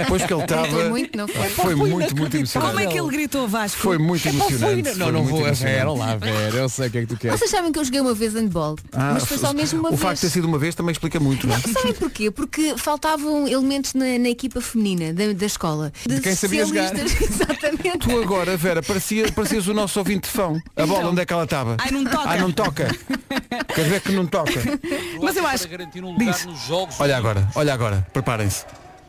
Speaker 2: Pois que ele estava- Foi muito, não foi? Foi muito, muito emocionante.
Speaker 4: Como é que ele gritou Vasco?
Speaker 2: Foi muito emocionante.
Speaker 10: Não,
Speaker 2: Foi
Speaker 10: não
Speaker 2: muito
Speaker 10: vou, é
Speaker 2: emocionante.
Speaker 10: Vera, olá, Vera, eu sei o que é que tu queres.
Speaker 5: Vocês sabem que eu joguei uma vez handball,
Speaker 2: Ah,
Speaker 5: mas foi só mesmo uma
Speaker 2: o
Speaker 5: vez.
Speaker 2: facto de ter sido uma vez também explica muito, não é?
Speaker 5: Sabem porquê? Porque faltavam elementos na, na equipa feminina da, da escola.
Speaker 2: De quem sabia jogar.
Speaker 5: especialistas, Exatamente.
Speaker 2: Tu agora, Vera, parecia, parecias o nosso ouvinte fão. A bola, onde é que ela estava?
Speaker 5: Ai, não toca.
Speaker 2: Ai, não toca. Quer ver que não toca?
Speaker 4: Mas eu acho.
Speaker 13: lugar nos jogos.
Speaker 2: Olha agora, olha agora, preparem-se.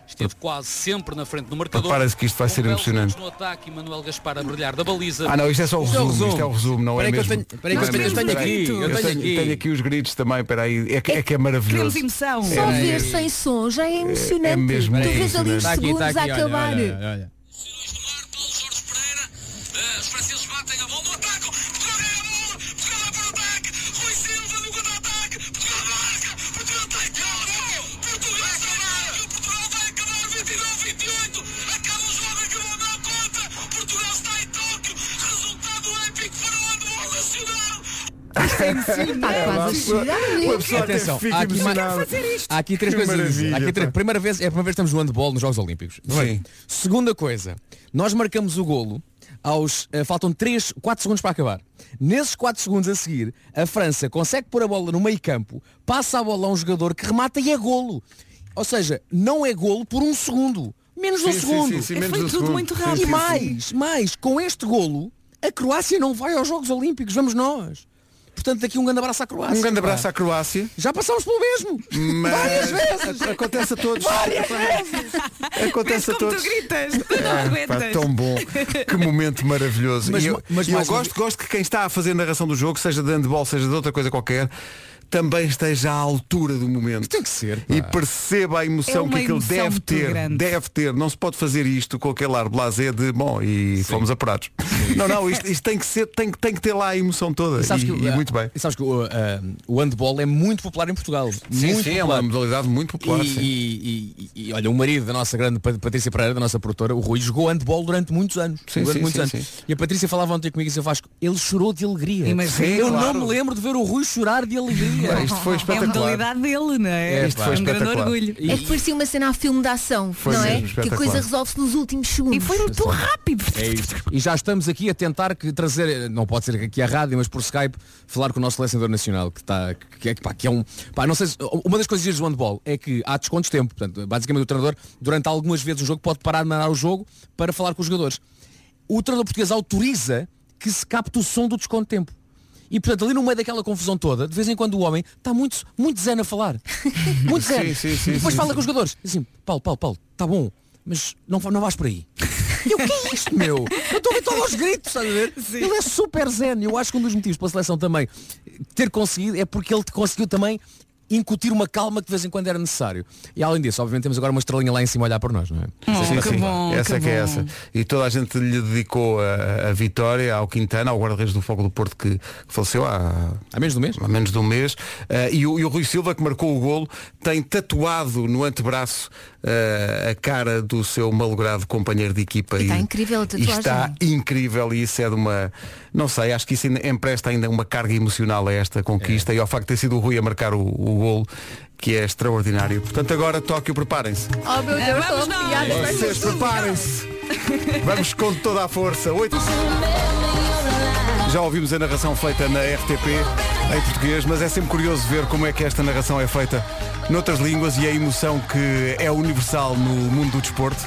Speaker 13: Esteve quase sempre na frente do marcador.
Speaker 2: Preparem-se que isto vai ser emocionante.
Speaker 13: No ataque, e Manuel Gaspar a brilhar da baliza.
Speaker 2: Ah não, isto é só o resumo, isto é o resumo, não é
Speaker 13: Espera aí que
Speaker 2: mesmo.
Speaker 13: eu tenho- espera aí que
Speaker 2: Não
Speaker 13: eu tenho-
Speaker 2: é
Speaker 13: eu tenho
Speaker 2: mesmo.
Speaker 13: aqui,
Speaker 2: Espera aí.
Speaker 13: eu
Speaker 2: Eu
Speaker 13: tenho aqui.
Speaker 2: tenho aqui os gritos também, peraí, é que é, que é maravilhoso.
Speaker 4: Queremos emoção.
Speaker 5: Só
Speaker 2: Era
Speaker 5: ver
Speaker 2: isso.
Speaker 5: sem som já é emocionante.
Speaker 2: é mesmo
Speaker 5: tu vês ali
Speaker 2: emocionante.
Speaker 5: os
Speaker 2: Tá aqui,
Speaker 5: segundos
Speaker 2: tá aqui,
Speaker 5: a
Speaker 2: olha,
Speaker 5: acabar.
Speaker 2: olha, olha,
Speaker 10: olha.
Speaker 5: Está quase a chegar mesmo.
Speaker 10: Atenção, há aqui, mais- há aqui três
Speaker 2: Que
Speaker 10: coisas. a dizer.
Speaker 2: maravilha,
Speaker 10: Há aqui três-
Speaker 2: pá.
Speaker 10: Primeira vez, é a primeira vez que estamos no handball nos Jogos Olímpicos. Bem, Segunda coisa, nós marcamos o golo aos eh, faltam 3, 4 segundos para acabar. Nesses 4 segundos a seguir, a França consegue pôr a bola no meio campo, passa a bola a um jogador que remata e é golo. Ou seja, não é golo por um segundo. Menos de um
Speaker 2: Sim, sim,
Speaker 10: segundo.
Speaker 13: É
Speaker 2: sim, sim, menos de um segundo. Sim, sim,
Speaker 10: E
Speaker 2: sim.
Speaker 10: mais, mais, com este golo, a Croácia não vai aos Jogos Olímpicos, vamos nós. Portanto, aqui um grande abraço à Croácia.
Speaker 2: Um grande
Speaker 10: pá.
Speaker 2: abraço à Croácia.
Speaker 10: Já passámos pelo mesmo.
Speaker 2: Mas-
Speaker 10: Várias vezes.
Speaker 2: Acontece a todos.
Speaker 10: Várias vezes.
Speaker 2: Acontece a todos.
Speaker 4: gritas,
Speaker 2: É, pá, tão bom, que momento maravilhoso.
Speaker 10: Mas-
Speaker 2: e eu,
Speaker 10: mas
Speaker 2: e eu
Speaker 10: mais um-
Speaker 2: gosto, gosto que quem está a fazer a narração do jogo, seja de handball, seja de outra coisa qualquer, também esteja à altura do momento. Tem
Speaker 10: que ser.
Speaker 2: E perceba a
Speaker 10: É
Speaker 2: emoção
Speaker 10: uma
Speaker 2: que aquilo
Speaker 10: emoção
Speaker 2: deve
Speaker 10: muito
Speaker 2: ter.
Speaker 10: grande.
Speaker 2: Deve ter. Não se pode fazer isto com aquele ar blasé de bom e fomos apurados. Não, não, isto, isto tem que ser, tem, que- tem que ter lá a emoção toda.
Speaker 10: E sabes
Speaker 2: E-
Speaker 10: que,
Speaker 2: e
Speaker 10: ah,
Speaker 2: muito bem.
Speaker 10: e sabes que o, ah, o handball é muito popular em Portugal.
Speaker 2: Sim,
Speaker 10: muito
Speaker 2: sim, é uma modalidade muito popular,
Speaker 10: E,
Speaker 2: sim.
Speaker 10: e- e- e, olha, o marido da nossa grande Pat- Patrícia Pereira, da nossa produtora, o Rui, jogou handball durante muitos anos.
Speaker 2: Sim,
Speaker 10: durante
Speaker 2: sim,
Speaker 10: muitos
Speaker 2: sim,
Speaker 10: anos.
Speaker 2: sim.
Speaker 10: E a Patrícia falava ontem comigo e disse, Vasco, ele chorou de alegria.
Speaker 2: Imagina,
Speaker 10: eu
Speaker 2: claro.
Speaker 10: não me lembro de ver o Rui chorar de alegria.
Speaker 2: Pá, isto foi espetacular.
Speaker 4: É a modalidade dele, não é?
Speaker 2: É, Isto foi
Speaker 4: um grande
Speaker 2: espetacular.
Speaker 4: orgulho.
Speaker 5: É que parecia uma cena a filme de ação,
Speaker 10: Foi
Speaker 5: não
Speaker 10: mesmo,
Speaker 5: é? Que a coisa
Speaker 10: espetacular.
Speaker 5: resolve-se nos últimos segundos. E foi muito
Speaker 4: rápido.
Speaker 10: É isso. E já estamos aqui a tentar que trazer, não pode ser aqui a rádio, mas por Skype, falar com o nosso selecionador nacional, que está, que, é- que, pá, que é um, pá, não sei se, uma das coisas giras do handball é que há descontos de tempo, portanto, basicamente o treinador, durante algumas vezes o jogo, pode parar de mandar o jogo para falar com os jogadores. O treinador português autoriza que se capte o som do desconto de tempo. E portanto, ali no meio daquela confusão toda, de vez em quando o homem está muito, muito zen a falar. Muito
Speaker 2: Sim,
Speaker 10: zen.
Speaker 2: sim, sim,
Speaker 10: E depois
Speaker 2: sim,
Speaker 10: fala
Speaker 2: sim.
Speaker 10: com os jogadores. Diz Assim, Paulo, Paulo, Paulo, está bom, mas não, vá- não vais por aí. E eu, o que é isto, meu? Eu estou a ver todos aos gritos, estás a ver? Ele é super zen. Eu acho que um dos motivos pela seleção também ter conseguido é porque ele te conseguiu também incutir uma calma que de vez em quando era necessário. E além disso, obviamente temos agora uma estrelinha lá em cima a olhar para nós, não é?
Speaker 5: Hum,
Speaker 2: Sim, sim. essa é que é essa. E toda a gente lhe dedicou a, a vitória ao Quintana, ao guarda-redes do Fogo do Porto que, que faleceu há,
Speaker 10: há menos de um mês.
Speaker 2: Há menos de um mês. Eh, e, o, e o Rui Silva, que marcou o golo, tem tatuado no antebraço eh, a cara do seu malogrado companheiro de equipa.
Speaker 5: E está incrível a
Speaker 2: e
Speaker 5: tatuagem.
Speaker 2: está incrível e isso é de uma. Não sei, acho que isso ainda empresta ainda uma carga emocional a esta conquista
Speaker 10: É.
Speaker 2: e ao facto de ter sido o Rui a marcar o, o golo, que é extraordinário. Portanto, agora Tóquio, preparem-se.
Speaker 5: Oh meu Deus, estou
Speaker 4: vamos nós.
Speaker 5: arrepiada.
Speaker 2: Vocês preparem-se. Vamos com toda a força. Oito. Já ouvimos a narração feita na RTP em português, mas é sempre curioso ver como é que esta narração é feita noutras línguas e a emoção que é universal no mundo do desporto.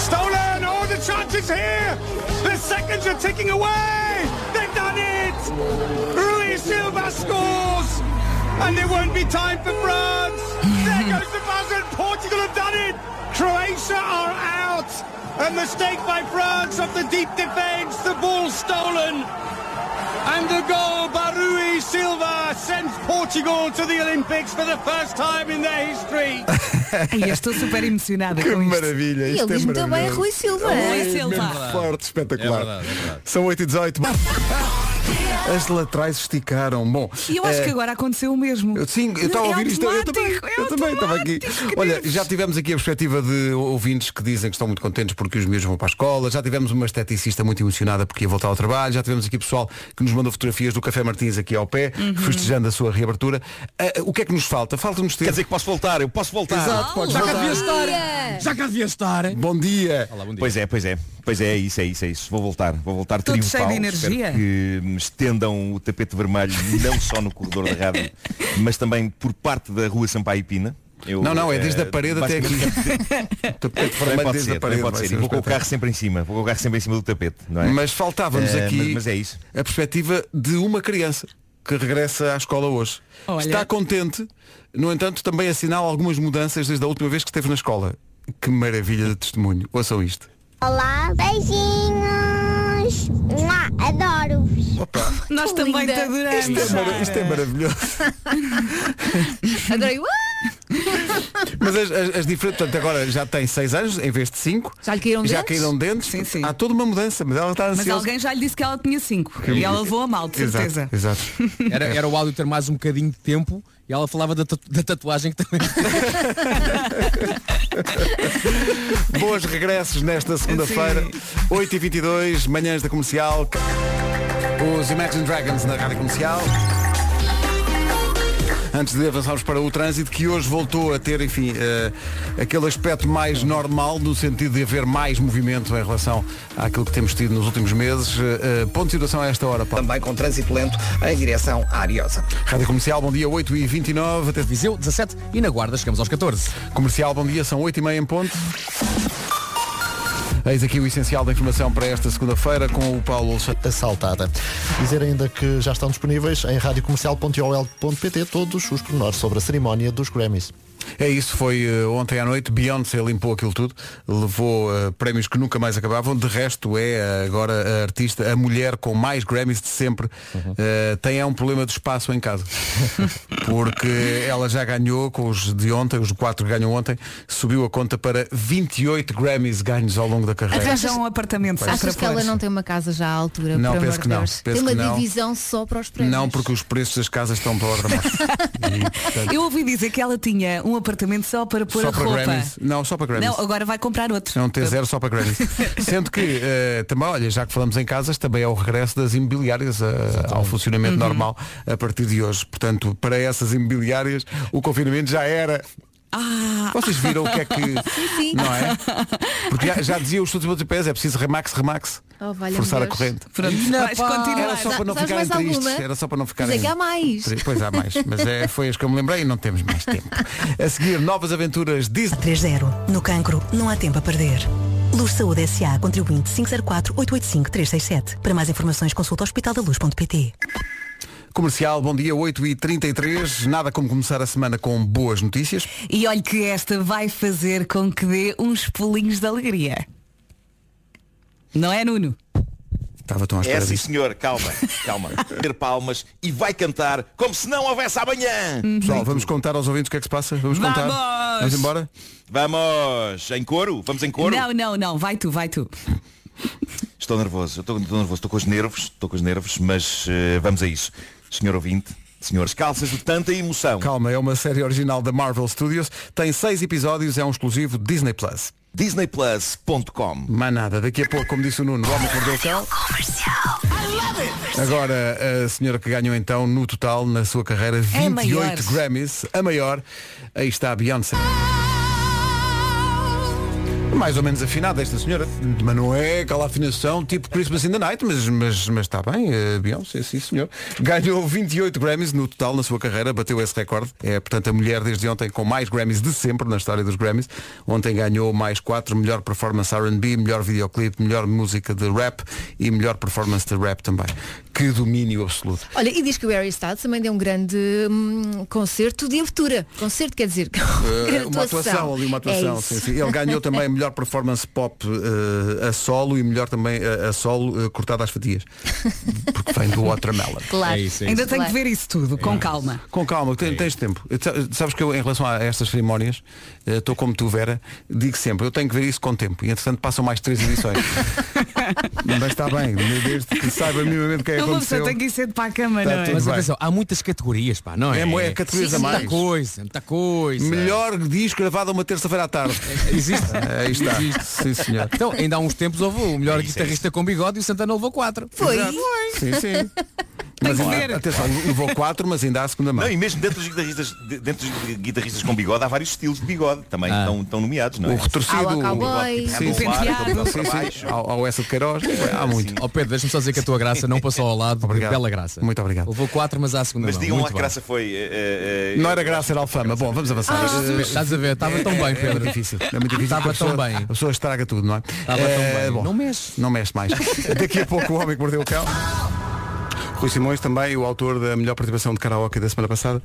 Speaker 14: Stolen! Oh, the chance is here! The seconds are ticking away! They've done it! Rui Silva scores! And there won't be time for France! there goes the buzzer! Portugal have done it! Croatia are out! A mistake by France of the deep defence! The ball stolen! And the goal by Rui Silva sends Portugal to the Olympics for the first time in their history!
Speaker 4: Ai, eu estou super emocionada
Speaker 2: Que
Speaker 4: com isto.
Speaker 2: maravilha! isto é maravilhoso.
Speaker 4: Rui
Speaker 5: eh,
Speaker 2: É
Speaker 4: Silva.
Speaker 2: mesmo forte, espetacular.
Speaker 10: É verdade, é verdade.
Speaker 2: São 8 e 18 As laterais esticaram. Bom,
Speaker 4: E eu acho
Speaker 2: eh,
Speaker 4: que agora aconteceu o mesmo.
Speaker 2: eu- sim, eu estava a
Speaker 4: É
Speaker 2: ouvir isto. Eu também,
Speaker 4: automático, é
Speaker 2: eu também estava aqui. Olha, já tivemos aqui a perspectiva de ouvintes que dizem que estão muito contentes porque os miúdos vão para a escola. Já tivemos uma esteticista muito emocionada porque ia voltar ao trabalho. Já tivemos aqui pessoal que nos mandou fotografias do Café Martins aqui ao pé,
Speaker 15: Uhum.
Speaker 2: festejando a sua reabertura. Ah, o que é que nos falta? Falta-nos tempo. Quer dizer
Speaker 15: que posso voltar, eu posso voltar.
Speaker 2: Exato, podes
Speaker 10: Já cá
Speaker 2: voltar.
Speaker 10: devia estar. Já cá devia estar.
Speaker 2: Bom dia.
Speaker 15: Pois é, pois é. Pois é, é isso, é isso, é isso. Vou voltar, vou voltar
Speaker 4: Todo
Speaker 15: triunfal.
Speaker 4: cheio de
Speaker 15: Espero
Speaker 4: energia.
Speaker 15: que me estendam o tapete vermelho não só no corredor da rádio, mas também por parte da rua Sampaio Pina. Eu,
Speaker 2: Não, não, é desde
Speaker 15: eh,
Speaker 2: a parede até aqui.
Speaker 15: basicamente-
Speaker 2: Tapete vermelho
Speaker 15: Também pode
Speaker 2: Então, desde a parede.
Speaker 15: ser, também pode
Speaker 2: vai
Speaker 15: ser.
Speaker 2: ser
Speaker 15: E
Speaker 2: um
Speaker 15: vou com o
Speaker 2: espetáculo.
Speaker 15: carro sempre em cima, vou com o carro sempre em cima do tapete, não é?
Speaker 2: Mas faltava-nos
Speaker 15: Eh,
Speaker 2: aqui
Speaker 15: Mas, mas é isso.
Speaker 2: a perspectiva de uma criança que regressa à escola hoje.
Speaker 15: Olha.
Speaker 2: Está contente, no entanto, também assinala algumas mudanças desde a última vez que esteve na escola. Que maravilha de testemunho. Ouçam isto.
Speaker 16: Olá, beijinhos! Mua, Adoro-vos!
Speaker 4: Nós também te adoramos.
Speaker 2: Isto é, mara- isto é maravilhoso.
Speaker 5: Adorei. Uau!
Speaker 2: Mas as, as, as diferentes, portanto, agora já tem 6 anos em vez de 5.
Speaker 4: Já lhe caíram
Speaker 2: Já
Speaker 4: dentes?
Speaker 2: caíram dentes.
Speaker 4: Sim, sim.
Speaker 2: Há toda uma mudança, mas ela está
Speaker 4: Mas
Speaker 2: ansiosa.
Speaker 4: alguém já lhe disse que ela tinha cinco.
Speaker 2: Que-
Speaker 4: E ela levou a mal, de
Speaker 2: Exato,
Speaker 4: certeza.
Speaker 2: Exato.
Speaker 10: Era, era o áudio ter mais um bocadinho de tempo e ela falava da, tatu- da tatuagem que também.
Speaker 2: Boas regressos nesta segunda-feira, 8h22, manhãs da comercial. Os Imagine Dragons na rádio comercial. Antes de avançarmos para o trânsito, que hoje voltou a ter, enfim, eh, aquele aspecto mais normal, no sentido de haver mais movimento em relação àquilo que temos tido nos últimos meses. Eh, eh, ponto de situação a esta hora, Paulo.
Speaker 3: Também com trânsito lento em direção à Ariosa.
Speaker 2: Rádio Comercial, bom dia, 8h29, até Viseu, 17 e na Guarda chegamos aos 14. Comercial, bom dia, são 8h30 em ponto. Eis aqui o essencial da informação para esta segunda-feira com o Paulo
Speaker 1: Assaltada. Dizer ainda que já estão disponíveis em radiocomercial.ol.pt todos os pormenores sobre a cerimónia dos Grammys.
Speaker 2: É isso, foi eh, ontem à noite, Beyoncé limpou aquilo tudo, levou eh, prémios que nunca mais acabavam, de resto é eh, agora a artista, a mulher com mais Grammys de sempre, Eh, tem é um problema de espaço em casa, porque ela já ganhou com os de ontem, os quatro que ganham ontem, subiu a conta para 28 Grammys ganhos ao longo da carreira.
Speaker 4: Arranja um apartamento só para
Speaker 5: Achas que ela
Speaker 4: pôr.
Speaker 5: não tem uma casa já à altura?
Speaker 2: Não,
Speaker 5: por
Speaker 2: penso
Speaker 5: amor
Speaker 2: que
Speaker 5: de
Speaker 2: não.
Speaker 5: Deus?
Speaker 2: Penso
Speaker 5: tem uma
Speaker 2: que não.
Speaker 5: divisão só para os prémios.
Speaker 2: Não, porque os preços das casas estão para outra marca.
Speaker 4: Eu ouvi dizer que ela tinha um apartamento só para pôr
Speaker 2: Só
Speaker 4: a
Speaker 2: para
Speaker 4: roupa.
Speaker 2: Grammys. Não, só para Grammys.
Speaker 4: Não, agora vai comprar outro.
Speaker 2: É um T0 só para Grammys. Sendo que eh, também, olha, já que falamos em casas, também é o regresso das imobiliárias eh, ao funcionamento
Speaker 4: Uhum.
Speaker 2: normal a partir de hoje. Portanto, para essas imobiliárias, o confinamento já era.
Speaker 4: Ah.
Speaker 2: Vocês viram o que é que. Não é? Porque já, já dizia os estudos multipés, é preciso remax, remax.
Speaker 5: Oh, valha-me
Speaker 2: Forçar
Speaker 5: Deus.
Speaker 2: a corrente.
Speaker 5: Pronto,
Speaker 4: Ina, vais pá. continuar.
Speaker 2: Era só para não
Speaker 5: Sabes
Speaker 2: ficarem
Speaker 5: mais
Speaker 2: tristes.
Speaker 5: alguma?
Speaker 2: Era só para não
Speaker 5: Mas é
Speaker 2: ficarem.
Speaker 5: que há mais.
Speaker 2: Pois há mais. Mas é, foi as que eu me lembrei e não temos mais tempo. A seguir, novas aventuras Disney.
Speaker 11: 3-0. No cancro, não há tempo a perder. Luz Saúde S.A. Contribuinte 504-885-367. Para mais informações, consulta hospitaldaluz.pt.
Speaker 2: Comercial, bom dia, 8h33. Nada como começar a semana com boas notícias.
Speaker 4: E olhe que esta vai fazer com que dê uns pulinhos de alegria. Não é, Nuno?
Speaker 2: Estava tão à
Speaker 15: É
Speaker 2: espera
Speaker 15: sim
Speaker 2: disso.
Speaker 15: senhor, calma, calma. Ter palmas e vai cantar como se não houvesse amanhã.
Speaker 4: Hum.
Speaker 2: Pessoal, vamos contar aos ouvintes o que é que se passa? Vamos,
Speaker 4: Vamos!
Speaker 2: contar? Vamos embora?
Speaker 15: Vamos! Em coro? Vamos em coro?
Speaker 4: Não, não, não. Vai tu, vai tu.
Speaker 15: Estou nervoso, eu estou, estou nervoso, estou com os nervos, estou com os nervos, mas eh, vamos a isso. Senhor ouvinte, Senhores, calças de tanta emoção.
Speaker 2: Calma, é uma série original da Marvel Studios, tem seis episódios, é um exclusivo Disney Plus.
Speaker 15: DisneyPlus.com
Speaker 2: Mas nada, daqui a pouco, como disse o Nuno, o homem que mordeu o cão. Agora, a senhora que ganhou então, no total, na sua carreira,
Speaker 14: É maior.
Speaker 2: 28 Grammys, a maior, aí está a Beyoncé. Mais ou menos afinada esta senhora, mas não é aquela afinação tipo Christmas in the Night, mas, mas, mas está bem, eh, Beyoncé, sim senhor. Ganhou 28 Grammys no total na sua carreira, bateu esse recorde. É, portanto, a mulher desde ontem com mais Grammys de sempre na história dos Grammys. Ontem ganhou mais 4, melhor performance R&B, melhor videoclipe, melhor música de rap e melhor performance de rap também. Que domínio absoluto.
Speaker 5: Olha, e diz que o Harry Styles também deu um grande hum, concerto de abertura. Concerto quer dizer, grande
Speaker 2: Eh, uma atuação ali, uma atuação.
Speaker 5: É isso.
Speaker 2: sim, sim. Ele ganhou também a melhor performance pop eh, a solo e melhor também eh, a solo eh, cortada às fatias. Porque vem do Watermelon.
Speaker 4: Claro. Ainda tenho que ver isso tudo, com
Speaker 2: É.
Speaker 4: calma.
Speaker 2: Com calma, ten- tens, tempo. Eu te- Sabes que eu, em relação a estas cerimónias, eh, estou como tu, Vera, digo sempre, eu tenho que ver isso com tempo. E, entretanto, passam mais três edições. Mas está bem, desde que saiba minimamente o que é que
Speaker 4: É uma pessoa
Speaker 2: aconteceu.
Speaker 4: tem que ir cedo para a cama,
Speaker 2: Tá
Speaker 4: não é?
Speaker 10: Mas atenção, há muitas categorias, pá, não é?
Speaker 2: É, é categorias a mais.
Speaker 10: Muita coisa, muita coisa.
Speaker 2: Melhor disco gravado a uma terça-feira à tarde.
Speaker 10: Existe.
Speaker 2: Aí está. Sim, senhor.
Speaker 10: Então, ainda há uns tempos houve o melhor
Speaker 15: é
Speaker 10: guitarrista com bigode e o Santana levou quatro.
Speaker 5: Foi.
Speaker 2: Exato. Sim, sim. Mas ainda- Atenção, levou quatro, mas ainda há a segunda mão.
Speaker 15: Não, e mesmo dentro dos guitarristas, de- dentro dos guitarristas com bigode há vários estilos de bigode também
Speaker 10: Ah.
Speaker 15: que estão, estão nomeados, não é?
Speaker 2: O retorcido,
Speaker 15: O bigode que
Speaker 2: sim,
Speaker 15: fica para o lado, aquele
Speaker 2: sim,
Speaker 15: para
Speaker 2: sim,
Speaker 15: baixo.
Speaker 2: sim. Ao, ao essa de Queiroz, há muito.
Speaker 10: Ó Pedro, deixa-me só dizer que a tua graça não passou ao lado.
Speaker 2: Obrigado.
Speaker 10: Bela graça.
Speaker 2: Muito obrigado.
Speaker 10: Levou quatro, mas há a segunda
Speaker 15: Mas
Speaker 10: mão.
Speaker 15: digam lá
Speaker 10: Muito
Speaker 15: que
Speaker 10: bem.
Speaker 15: graça foi. eh, eh,
Speaker 2: Não era graça, era alfama. Bom, vamos avançar.
Speaker 15: Ah,
Speaker 2: Eh,
Speaker 15: Jesus.
Speaker 10: Estás a ver, estava tão bem, Pedro.
Speaker 2: É difícil. É muito difícil.
Speaker 10: Estava
Speaker 2: porque a
Speaker 10: tão
Speaker 2: pessoa-
Speaker 10: bem.
Speaker 2: A pessoa estraga tudo, não é?
Speaker 10: Estava tão bem. Não mexe.
Speaker 2: Não mexe mais. Daqui a pouco o homem que mordeu o cão. Rui Simões também, o autor da melhor participação de karaoke da semana passada.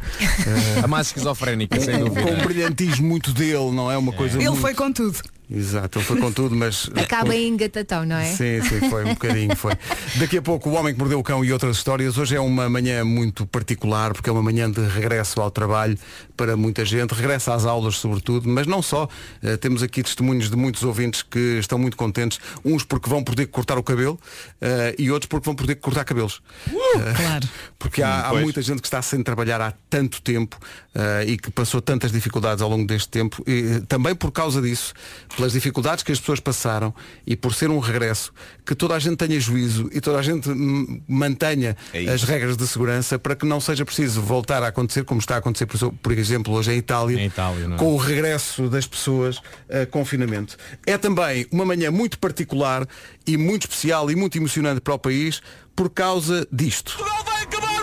Speaker 10: A mais esquizofrénica, sem
Speaker 2: Com
Speaker 10: dúvida.
Speaker 2: um brilhantismo muito dele, não é? Uma coisa
Speaker 5: Ele
Speaker 2: muito...
Speaker 5: foi
Speaker 4: com tudo.
Speaker 2: Exato, ele foi com tudo, mas...
Speaker 5: Acaba em engatatão, não é?
Speaker 2: Sim, sim, foi um bocadinho, foi. Daqui a pouco o Homem que Mordeu o Cão e outras histórias. Hoje é uma manhã muito particular, porque é uma manhã de regresso ao trabalho para muita gente, regresso às aulas sobretudo, mas não só. Eh, temos aqui testemunhos de muitos ouvintes que estão muito contentes, uns porque vão poder cortar o cabelo eh, e outros porque vão poder cortar cabelos. É. Eh,
Speaker 4: claro.
Speaker 2: Porque há, há
Speaker 15: Pois.
Speaker 2: muita gente que está sem trabalhar há tanto tempo eh, e que passou tantas dificuldades ao longo deste tempo. E, eh, também por causa disso, pelas dificuldades que as pessoas passaram e por ser um regresso, que toda a gente tenha juízo e toda a gente hum, mantenha as regras de segurança para que não seja preciso voltar a acontecer, como está a acontecer, por, por exemplo, hoje em Itália,
Speaker 10: não é?
Speaker 2: com o regresso das pessoas a confinamento. É também uma manhã muito particular e muito especial e muito emocionante para o país por causa disto.
Speaker 14: Acabar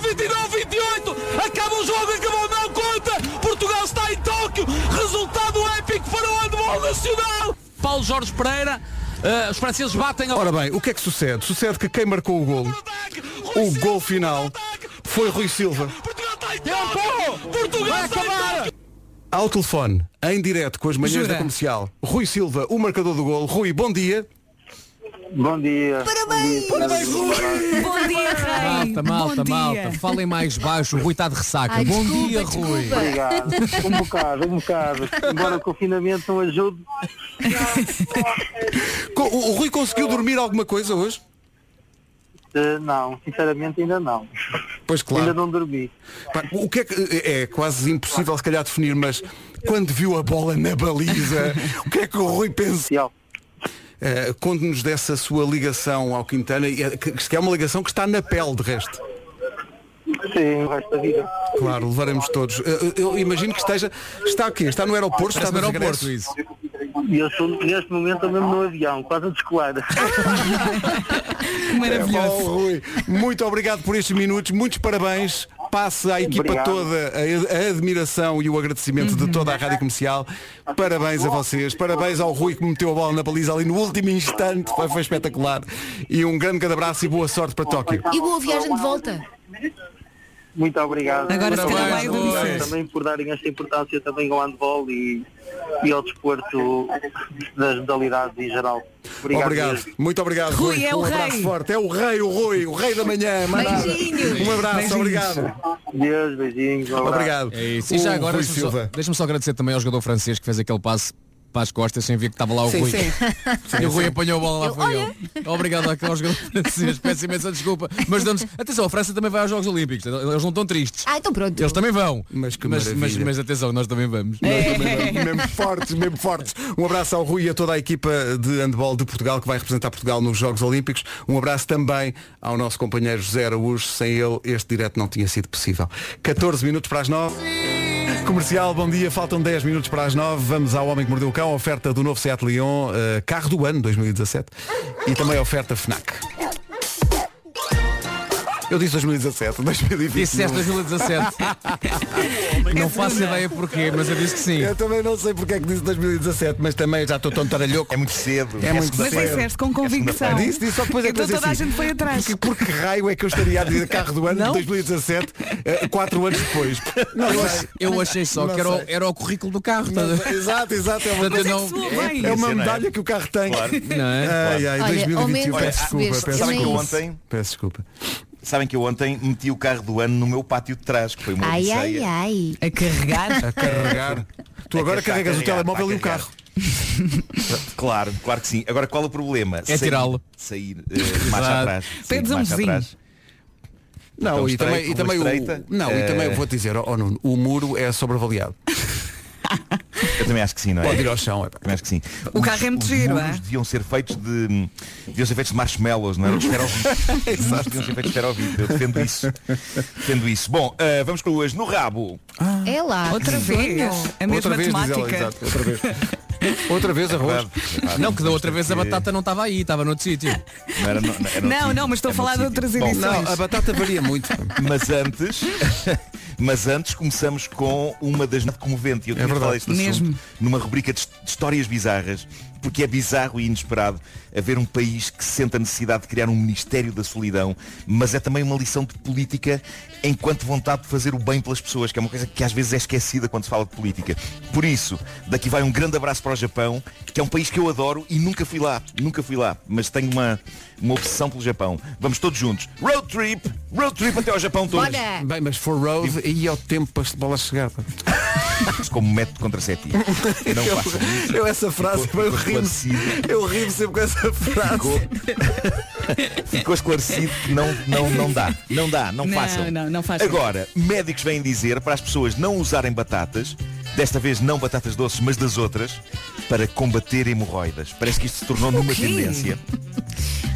Speaker 14: 29-28! Acaba o jogo, acabou, não conta! Portugal está em Tóquio! Resultado épico para o handball nacional!
Speaker 13: Paulo Jorge Pereira, eh, os franceses batem ao...
Speaker 2: Ora bem, o que é que sucede? Sucede que quem marcou o golo, o gol final, foi Rui Silva.
Speaker 14: Tempo! tá Portugal está em Tóquio!
Speaker 2: Ao telefone, em direto com as manhãs
Speaker 14: Jura?
Speaker 2: da comercial, Rui Silva, o marcador do golo. Rui, bom dia.
Speaker 17: Bom dia.
Speaker 10: Parabéns! Parabéns, Rui!
Speaker 4: Bom dia, Rei!
Speaker 10: Malta, malta,
Speaker 4: Bom dia.
Speaker 10: malta. Falem mais baixo. O Rui está de ressaca.
Speaker 4: Ai,
Speaker 2: um
Speaker 10: Bom
Speaker 4: desculpa,
Speaker 10: dia,
Speaker 4: desculpa.
Speaker 10: Rui.
Speaker 17: Obrigado. Um bocado, um bocado. Embora o confinamento não ajude.
Speaker 2: Co- O, o Rui conseguiu dormir alguma coisa hoje?
Speaker 17: eh, não, sinceramente ainda não.
Speaker 2: Pois claro.
Speaker 17: Ainda não dormi.
Speaker 2: Pá, O que é que é quase impossível se calhar definir, mas quando viu a bola na baliza, o que é que o Rui pensou? Eh, Conte-nos dessa sua ligação ao Quintana, e, eh, que que é uma ligação que está na pele de resto.
Speaker 17: Sim, o resto da vida.
Speaker 2: Claro, levaremos todos. Eh, Eu imagino que esteja. Está aqui, está no aeroporto, está, no aeroporto. Isso.
Speaker 17: E eu sou neste momento mesmo no avião, quase a descolar.
Speaker 2: Maravilhoso. É Rui, muito obrigado por estes minutos, muitos parabéns. Passe à equipa
Speaker 17: Obrigado.
Speaker 2: toda a, a admiração e o agradecimento de toda a Rádio Comercial. Parabéns a vocês, parabéns ao Rui que meteu a bola na baliza ali no último instante, foi, foi espetacular. E um grande grande abraço e boa sorte para Tóquio.
Speaker 5: E boa viagem de volta.
Speaker 17: Muito obrigado.
Speaker 2: Agora se calhar vai dormir.
Speaker 17: Obrigado também por darem esta importância também ao handball e, e ao desporto das modalidades em geral. Obrigado.
Speaker 2: Obrigado,
Speaker 17: mesmo.
Speaker 2: muito obrigado.
Speaker 17: Rui, é
Speaker 2: um
Speaker 17: o
Speaker 2: abraço
Speaker 17: rei.
Speaker 2: forte, é o rei, o Rui, o rei da manhã. mais nada.
Speaker 17: Beijinhos.
Speaker 2: Um abraço,
Speaker 17: Beijinhos.
Speaker 2: obrigado.
Speaker 17: Deus, beijinhos. um abraço.
Speaker 2: Obrigado.
Speaker 10: É isso. E já agora, deixa-me só, deixa-me só agradecer também ao jogador francês que fez aquele passe para as costas sem ver que estava lá o
Speaker 18: Sim,
Speaker 10: Rui.
Speaker 18: sim.
Speaker 10: E o
Speaker 18: Sim,
Speaker 10: Rui
Speaker 18: sim.
Speaker 10: apanhou a bola lá
Speaker 18: Eu,
Speaker 10: foi
Speaker 18: olha.
Speaker 10: ele. Obrigado àquele jogador francês. Peço imensa desculpa. Mas damos. Atenção, a França também vai aos Jogos Olímpicos. Eles não estão tristes.
Speaker 5: Ah, então pronto.
Speaker 10: Eles também vão. Mas
Speaker 2: que
Speaker 10: mas, mas,
Speaker 2: maravilha.
Speaker 10: atenção, nós também vamos.
Speaker 2: mesmo fortes, mesmo fortes. Um abraço ao Rui e a toda a equipa de handball de Portugal que vai representar Portugal nos Jogos Olímpicos. Um abraço também ao nosso companheiro José Araújo. Sem ele, este direto não tinha sido possível. 14 minutos para as 9. Comercial, bom dia. Faltam 10 minutos para as 9. Vamos ao Homem que Mordeu o Cão. Oferta do novo Seat Leon, eh, carro do ano 2017. E também a oferta FNAC. Eu disse 2017, 2020.
Speaker 10: Disseste 2017. Não faço ideia porquê, mas eu disse que sim.
Speaker 2: É Eu também não sei porque é que disse 2017, mas também já estou tão taralhoco. É muito cedo. É muito
Speaker 4: Mas
Speaker 2: cedo.
Speaker 4: disseste com convicção.
Speaker 2: é Disse, disse, só depois é que
Speaker 4: então
Speaker 2: pensei
Speaker 4: toda a
Speaker 2: assim,
Speaker 4: gente foi atrás.
Speaker 2: Porque, por que raio é que eu estaria a dizer carro do ano de
Speaker 4: Não?
Speaker 2: 2017, eh, quatro anos depois? Não
Speaker 10: eu,
Speaker 2: sei.
Speaker 10: achei, eu achei só
Speaker 2: Não
Speaker 10: que era o,
Speaker 2: sei.
Speaker 10: era o currículo do carro. tá
Speaker 2: Não sei. Exato, exato. É uma,
Speaker 10: Portanto, eu não-
Speaker 2: é, uma medalha que o carro tem.
Speaker 10: Não é?
Speaker 2: Ai, ai,
Speaker 5: Olha,
Speaker 2: 2021.
Speaker 5: ao menos
Speaker 2: Peço desculpa,
Speaker 5: percebeste,
Speaker 2: peço desculpa.
Speaker 5: eu nem
Speaker 15: que eu
Speaker 5: isso.
Speaker 15: ontem
Speaker 2: Peço desculpa.
Speaker 15: Sabem que eu ontem meti o carro do ano no meu pátio de trás, que foi uma
Speaker 5: Ai, ai,
Speaker 2: é-
Speaker 15: odisseia.
Speaker 5: ai.
Speaker 4: A carregar?
Speaker 2: A carregar. Tu
Speaker 15: É
Speaker 2: agora
Speaker 15: que está
Speaker 2: carregas o
Speaker 15: a carregar,
Speaker 2: telemóvel e o
Speaker 15: está a
Speaker 2: carro.
Speaker 15: Claro, claro que sim. Agora qual o problema?
Speaker 2: É
Speaker 15: Sair-
Speaker 2: tirá-lo.
Speaker 15: Sair eh, marcha
Speaker 2: Exato.
Speaker 15: atrás. Sair
Speaker 2: Pedes
Speaker 15: de
Speaker 2: a um
Speaker 15: marcha
Speaker 2: vizinho.
Speaker 15: atrás.
Speaker 2: Não,
Speaker 15: Então,
Speaker 2: e
Speaker 15: estreito,
Speaker 2: também, e
Speaker 15: rua
Speaker 2: também
Speaker 15: estreita,
Speaker 2: o, não, e
Speaker 15: eh,
Speaker 2: também
Speaker 10: é-
Speaker 2: eu vou te dizer, ó ó, Nuno, o muro é sobreavaliado.
Speaker 15: Eu também acho que sim, não é?
Speaker 2: Pode ir ao chão, é pá.
Speaker 15: Também acho que sim.
Speaker 4: O carro é muito giro,
Speaker 15: muros
Speaker 4: é?
Speaker 15: deviam ser feitos de. Deviam ser feitos de marshmallows, não é? era? De esferovite. Os muros deviam ser feitos de esferovite. Eu defendo isso. Defendo isso. Bom, eh, vamos com as no rabo.
Speaker 5: É lá.
Speaker 4: Outra
Speaker 5: que
Speaker 4: vez.
Speaker 5: sonho.
Speaker 10: É
Speaker 4: A mesma temática.
Speaker 2: outra vez. Outra vez arroz.
Speaker 10: Não, que da outra vez a batata não estava aí, estava noutro sítio.
Speaker 15: Não, era, no- era
Speaker 4: Não,
Speaker 15: noutro
Speaker 4: não, mas estou a
Speaker 15: sítio.
Speaker 4: falar
Speaker 15: Era noutro
Speaker 4: de
Speaker 15: sítio.
Speaker 4: outras
Speaker 15: Bom,
Speaker 4: edições.
Speaker 15: não, a
Speaker 2: batata varia muito.
Speaker 15: Mas antes, mas antes começamos com uma das nove comovente. E Eu tinha
Speaker 2: verdade.
Speaker 15: falado este
Speaker 2: Mesmo.
Speaker 15: assunto numa rubrica de his- de histórias bizarras, porque é bizarro e inesperado haver um país que sente a necessidade de criar um Ministério da Solidão, mas é também uma lição de política enquanto vontade de fazer o bem pelas pessoas, que é uma coisa que às vezes é esquecida quando se fala de política. Por isso, daqui vai um grande abraço para o Japão, que é um país que eu adoro e nunca fui lá, nunca fui lá, mas tenho uma, uma obsessão pelo Japão. Vamos todos juntos. Road trip! Road trip até ao Japão todos.
Speaker 5: Bora.
Speaker 2: Bem, mas for
Speaker 10: Tipo-
Speaker 2: road e ao tempo para as bolas chegar. pá.
Speaker 15: Como método contraceptivo. Não
Speaker 2: eu,
Speaker 15: façam isso.
Speaker 2: eu essa frase,
Speaker 10: Tipo,
Speaker 15: Ficou-
Speaker 2: eu
Speaker 15: ficou
Speaker 2: rimo,
Speaker 15: esclarecido.
Speaker 2: eu rimo sempre com essa frase.
Speaker 15: Ficou esclarecido que não, não, não dá. Não dá, não,
Speaker 4: Não,
Speaker 15: façam.
Speaker 4: não, não façam.
Speaker 15: Agora, médicos vêm dizer para as pessoas não usarem batatas, desta vez não batatas doces, mas das outras, para combater hemorroidas. Parece que isto se tornou numa
Speaker 10: quê?
Speaker 15: tendência.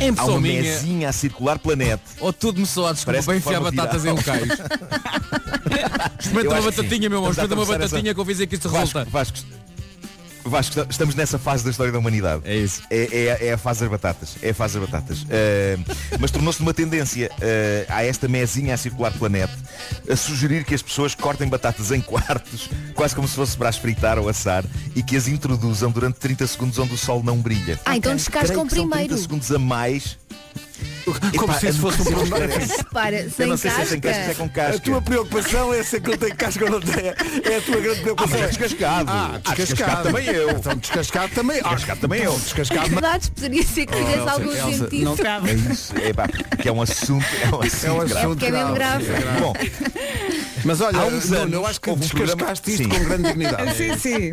Speaker 10: Em
Speaker 15: Há uma
Speaker 10: pessoa minha.
Speaker 15: mesinha a circular planeta.
Speaker 10: Ou tudo me soa, desculpa,
Speaker 15: Parece
Speaker 10: bem
Speaker 15: que de
Speaker 10: enfiar
Speaker 15: forma
Speaker 10: batatas em
Speaker 15: viral.
Speaker 10: locais.
Speaker 15: Eu
Speaker 10: Experimenta uma
Speaker 15: acho que sim.
Speaker 10: batatinha, meu irmão, experimenta uma
Speaker 15: Estamos a atravessar
Speaker 10: batatinha
Speaker 15: essa-
Speaker 10: que eu fiz aqui se
Speaker 15: Vasco,
Speaker 10: resulta.
Speaker 15: Vasco, Vasco, est- estamos nessa fase da história da humanidade. É isso. É, é a fase das batatas. É a fase das batatas. Eh, mas tornou-se uma tendência eh, a esta mesinha a circular planeta a sugerir que as pessoas cortem batatas em quartos, quase como se fosse para as fritar ou assar, e que as introduzam durante 30 segundos onde o sol não brilha.
Speaker 5: Ah, então descascam
Speaker 15: Creio que são
Speaker 5: primeiro.
Speaker 15: 30 segundos a mais.
Speaker 2: Como se isso fosse um problema.
Speaker 5: Para,
Speaker 15: Eu
Speaker 5: sem
Speaker 15: não sei se é sem casca, se é
Speaker 5: casca.
Speaker 15: com casca.
Speaker 2: A tua preocupação é se aquilo tem casca ou não tem. É a tua grande preocupação.
Speaker 15: Ah, mas descascado.
Speaker 2: Ah,
Speaker 15: Ah,
Speaker 2: descascado.
Speaker 15: descascado também eu.
Speaker 2: Então, descascado também. Ah,
Speaker 15: Descascado também eu.
Speaker 2: Descascado. mas-
Speaker 5: Verdades, poderia ser que
Speaker 15: Oh,
Speaker 5: fizesse
Speaker 15: um Elsa,
Speaker 5: algum
Speaker 15: Elsa,
Speaker 5: sentido.
Speaker 15: não- É isso, é pá, que é um assunto, é um assunto, grave.
Speaker 5: porque é mesmo grave.
Speaker 15: Bom,
Speaker 2: Mas olha,
Speaker 15: Há uns
Speaker 2: Nuno,
Speaker 15: anos
Speaker 2: eu acho que
Speaker 15: houve um
Speaker 2: descascaste
Speaker 15: programa-
Speaker 2: isto
Speaker 15: Sim.
Speaker 2: com grande dignidade.
Speaker 4: Sim, sim.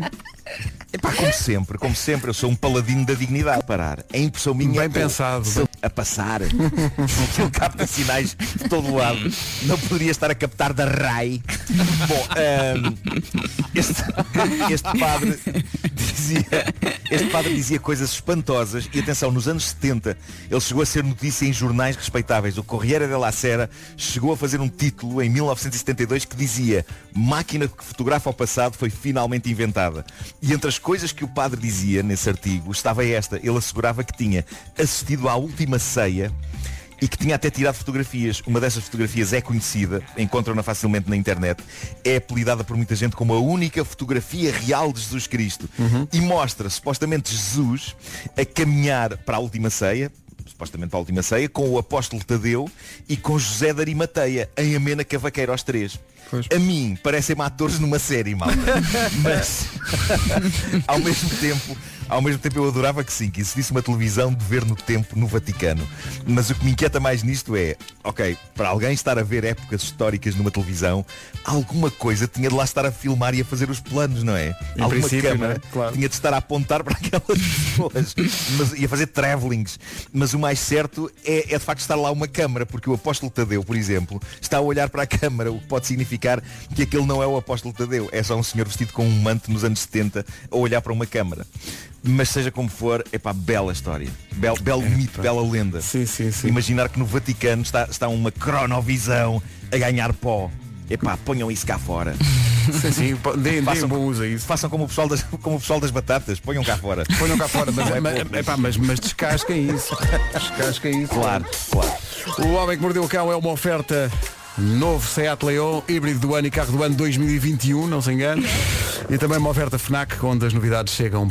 Speaker 15: Epá, como sempre, como sempre, eu sou um paladino da dignidade. Parar. É impressão minha. Bem
Speaker 2: pensado.
Speaker 15: A passar. Ele capta sinais de todo lado. Não poderia estar a captar da RAI. Bom, hum, ahm, este, este padre dizia, este padre dizia coisas espantosas e atenção, nos anos 70 ele chegou a ser notícia em jornais respeitáveis. O Corriere della Sera chegou a fazer um título em 1972 que dizia Máquina que fotografa o passado foi finalmente inventada. E entre as coisas que o padre dizia nesse artigo estava esta. Ele assegurava que tinha assistido à última ceia e que tinha até tirado fotografias. Uma dessas fotografias é conhecida, encontram-na facilmente na internet, é apelidada por muita gente como a única fotografia real de Jesus Cristo e mostra supostamente Jesus a caminhar para a última ceia supostamente para a última ceia, com o apóstolo Tadeu e com José de Arimateia, em Amena Cavaqueira aos três. A mim, parecem-me atores numa série, malta. Mas, ao mesmo tempo, Ao mesmo tempo eu adorava que sim, que existisse uma televisão de ver no tempo no Vaticano. Mas o que me inquieta mais nisto é, ok, para alguém estar a ver épocas históricas numa televisão, alguma coisa tinha de lá estar a filmar e a fazer os planos, não é?
Speaker 2: Em
Speaker 15: alguma
Speaker 2: princípio,
Speaker 15: câmara
Speaker 2: não é? Claro.
Speaker 15: tinha de estar a apontar para aquelas pessoas mas, e a fazer travelings. Mas o mais certo é, é de facto estar lá uma câmara, porque o apóstolo Tadeu, por exemplo, está a olhar para a câmara, o que pode significar que aquele não é o apóstolo Tadeu, é só um senhor vestido com um manto nos anos 70 a olhar para uma câmara. Mas seja como for, é pá, bela história. Bel,
Speaker 2: É,
Speaker 15: belo mito, bela lenda. Imaginar que no Vaticano está, está uma cronovisão a ganhar pó. Epá, ponham isso cá fora.
Speaker 2: Sim, sim, pô, deem- deem um bom uso a isso.
Speaker 15: Façam como o pessoal das, como o pessoal das batatas, ponham cá fora.
Speaker 2: Ponham cá fora, mas,
Speaker 15: Não é
Speaker 2: mas,
Speaker 15: pouco.
Speaker 2: epá, mas, mas descasquem isso. Descasquem isso.
Speaker 15: Claro, claro.
Speaker 2: O Homem que Mordeu o Cão é uma oferta novo Seat Leon, híbrido do ano e carro do ano 2021, não se engane. E também uma oferta FNAC, onde as novidades chegam.